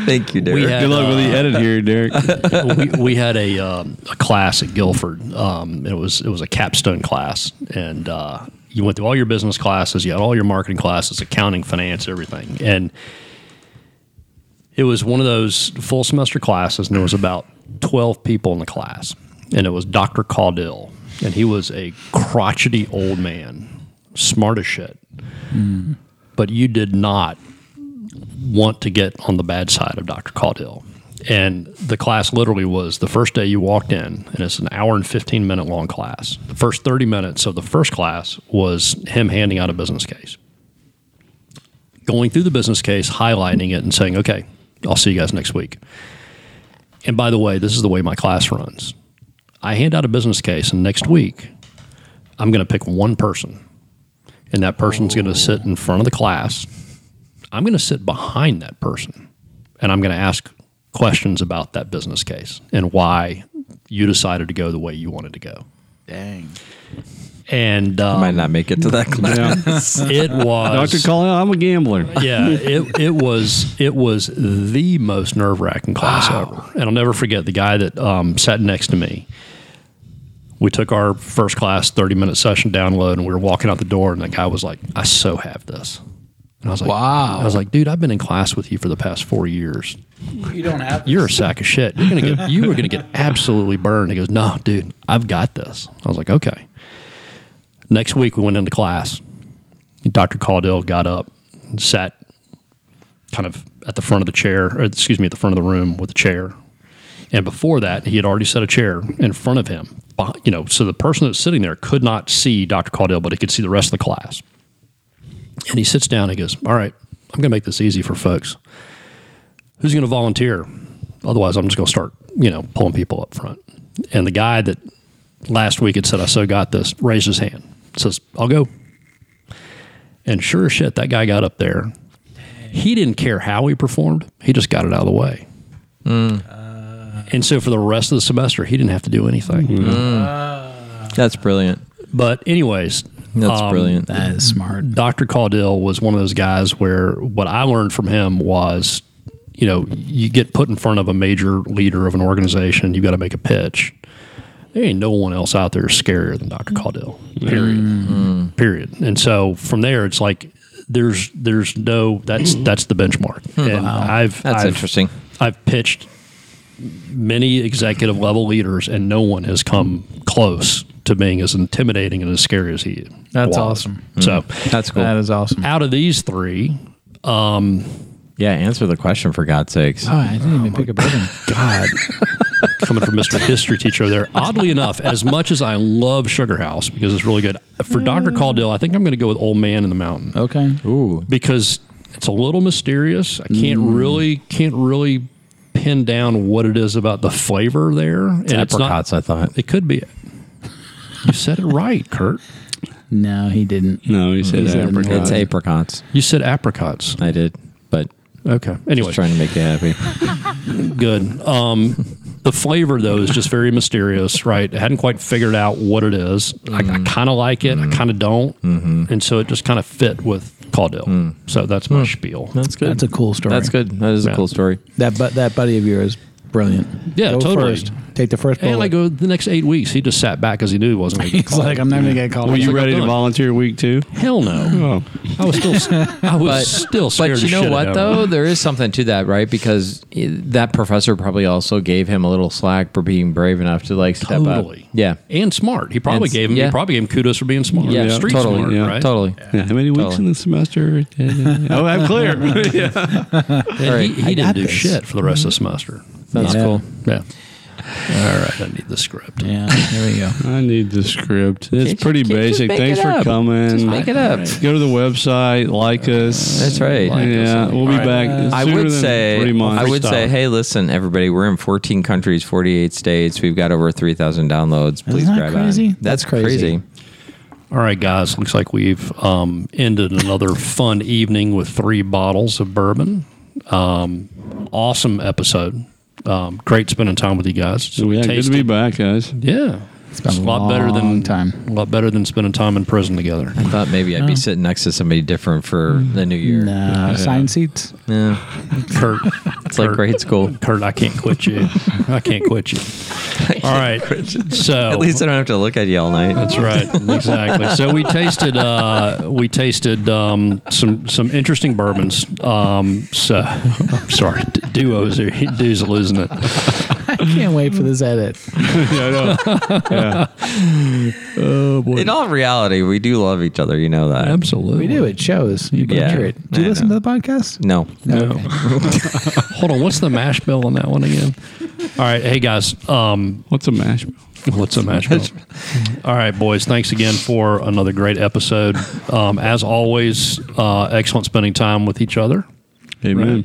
thank you, Derek.
We had,
Good luck with the edit here, Derek.
*laughs* we, we had a, um, a class at Guilford. Um, it was it was a capstone class, and uh, you went through all your business classes, you had all your marketing classes, accounting, finance, everything, and it was one of those full semester classes, and there was about twelve people in the class, and it was Dr. Caudill, and he was a crotchety old man, smart as shit, but you did not want to get on the bad side of Dr. Caudill. And the class literally was the first day you walked in, and it's an hour and 15 minute long class. The first 30 minutes of the first class was him handing out a business case, going through the business case, highlighting it, and saying, okay, I'll see you guys next week. And by the way, this is the way my class runs. I hand out a business case, and next week, I'm going to pick one person, and that person's going to sit in front of the class I'm going to sit behind that person and I'm going to ask questions about that business case and why you decided to go the way you wanted to go.
Dang.
And um,
might not make it to that class.
it was
Dr. Colin, I'm a gambler.
yeah, it, it was it was the most nerve wracking class ever, and I'll never forget the guy that um, sat next to me. We took our first class thirty minute session download, and we were walking out the door, and the guy was like, "I so have this," and I was like,
Wow.
I was like, "Dude, I've been in class with you for the past four years.
You don't have
You're a sack of shit. You're gonna get you were gonna get absolutely burned." He goes, "No, dude, I've got this." I was like, "Okay." Next week, we went into class. Dr. Caudill got up and sat kind of at the front of the chair, or excuse me, at the front of the room with a chair. And before that, he had already set a chair in front of him, beh- you know, so the person that's sitting there could not see Dr. Caudill, but he could see the rest of the class. And he sits down and he goes, All right, I'm going to make this easy for folks. Who's going to volunteer? Otherwise, I'm just going to start, you know, pulling people up front. And the guy that last week had said, I so got this, raised his hand, says, I'll go. And sure as shit, that guy got up there. He didn't care how he performed, he just got it out of the way.
Mm.
and so for the rest of the semester, he didn't have to do anything.
Mm-hmm. That's brilliant.
But, anyways,
That's
um,
brilliant.
that is smart.
Dr. Caudill was one of those guys where what I learned from him was, you know, you get put in front of a major leader of an organization, you've got to make a pitch. there ain't no one else out there scarier than Dr. Caudill. Period.
Mm-hmm.
Period. And so from there, it's like there's there's no
*clears throat*
that's that's the benchmark. And I've
Hmm. That's
I've-
interesting.
I've pitched many executive level leaders, and no one has come close to being as intimidating and as scary as he.
That's
was.
awesome.
So
That's cool.
That is awesome.
out of these three,
yeah, answer the question for God's sakes.
Oh, I didn't even pick a bourbon. God.
coming from Mr. *laughs* History teacher over there. Oddly enough, as much as I love Sugar House because it's really good, for Dr. Caudill, I think I'm going to go with Old Man in the Mountain
Okay.
Ooh,
because it's a little mysterious. I can't really can't really pin down what it is about the flavor there. and it's not-
apricots. I thought.
it could be it. You said it right, Kurt.
No, he didn't.
No, he said
He said
apricot.
apricot.
It's apricots.
You said apricots.
I did, but
Okay.
just
Anyway,
trying to make you happy.
good. Um, the flavor though is just very mysterious, right? I hadn't quite figured out what it is. I,
Mm-hmm.
I kind of like it. I kind of don't, and so it just kind of fit with Caudill.
Mm.
So that's
Hmm.
my spiel.
That's good.
That's a cool story.
That's good. That is
Yeah.
a cool story.
That but that buddy of yours, brilliant.
Yeah,
go
totally.
First. Take the first bullet. *laughs*
And like uh, the next eight weeks, he just sat back because he knew he wasn't.
*laughs*
gonna get
He's
called.
like, I'm not gonna get called.
Were you
again.
like,
ready
I'm
to
done.
volunteer week two?
Hell no.
*laughs*
Oh,
I was still. I was still scared.
But
the
you know
shit
what,
out of him.
though, there is something to that, right? Because i- that professor probably also gave him a little slack for being brave enough to like step
Totally.
up. Yeah,
And smart. He probably
And s-
gave him. He
yeah.
probably gave him kudos for being smart.
yeah,
Street
totally,
smart,
yeah,
right?
totally.
yeah. How many weeks
Totally.
in the
*laughs*
semester? oh, I'm clear. *laughs* yeah.
And
All right.
He, he didn't
got
do
this.
shit for the rest of the
Mm-hmm.
semester.
That's
Yeah.
cool.
Yeah. All right. I need the script.
Yeah, there we go.
I need the script. It's
Can't you-
pretty
can't you
basic.
make
Thanks
it
for
up?
coming.
Just make it up. Uh,
Go to the website, like us.
That's right. Like us. Uh,
yeah, we'll be
All right.
back.
I
sooner
would
than
say,
three months.
I would
Freestyle.
say, hey, listen, everybody, we're in 14 countries, 48 states. We've got over 3,000 downloads. Please
that
grab
crazy?
on.
That's
That's,
crazy.
crazy.
All right, guys. Looks like we've um, ended another *laughs* fun evening with three bottles of bourbon. Um, awesome episode. Um, great spending time with you guys. So
Oh, yeah, good to be back,
*laughs*
guys.
Yeah. It's
been a long time.
A lot better than spending time in prison together.
I thought maybe I'd be sitting next to somebody different for the new year.
Nah, sign seats.
Yeah.
Kurt,
It's like
Kurt-
grade
*laughs*
school.
Kurt, I can't quit you. I can't quit you. All right. So
At least I don't have to look at you all night.
Oh. That's right, exactly. So we tasted uh, we tasted um, some some interesting bourbons. Um, so I'm sorry, d- duos are dudes are losing it.
I can't wait for this edit.
In all reality, we do love each other. You know that.
Absolutely,
We do. It shows. You can
Yeah,
hear it. Do you
I
listen
know.
to the podcast?
No.
No. Hold on, what's the mash bill on that one again? All right, hey guys, um,
*laughs* What's a mash? bill?
what's the mash bill? All right, boys, thanks again for another great episode. Um, as always, uh, excellent spending time with each other.
Amen.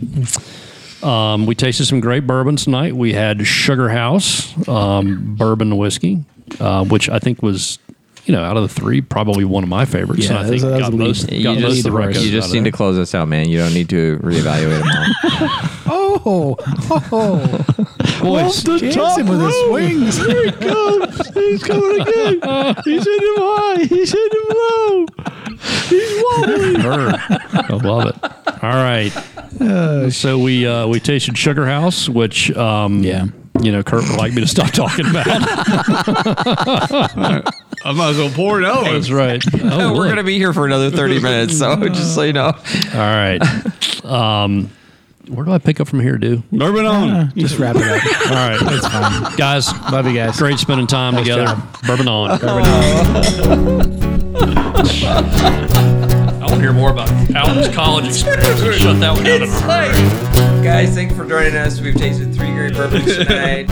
Um, we tasted some great bourbons tonight. We had Sugar House um, bourbon whiskey, uh, which I think was, you know, out of the three, probably one of my favorites.
Yeah,
and I think
that was
got
a lead.
most,
You
got
You
most
just,
of
you
the records.
you
out
just
of
need to
there.
close us out, man. You don't need to reevaluate them all.
Oh, *laughs* oh,
Boys,
Jackson with his wings.
He's coming again.
*laughs*
He's hitting him high. He's hitting him low. He's wobbling.
Burr. I love it. All right. so we uh, we tasted Sugar House, which um,
Yeah.
you know, Kurt would like me to stop talking
*laughs*
about.
I might as well pour it out.
That's right. *laughs* Oh,
We're
look.
going to be here for another 30 minutes,
*laughs*
so just so you know.
All right. Um, where do I pick up from here, dude?
Bourbon on.
Just wrap it up.
All right, it's fine, guys.
Love you guys.
Great spending time together.
job.
Bourbon on. I want to hear more about Alvin's college experience. Shut that one down.
*laughs* Guys, thanks for joining us. We've tasted three great bourbons tonight.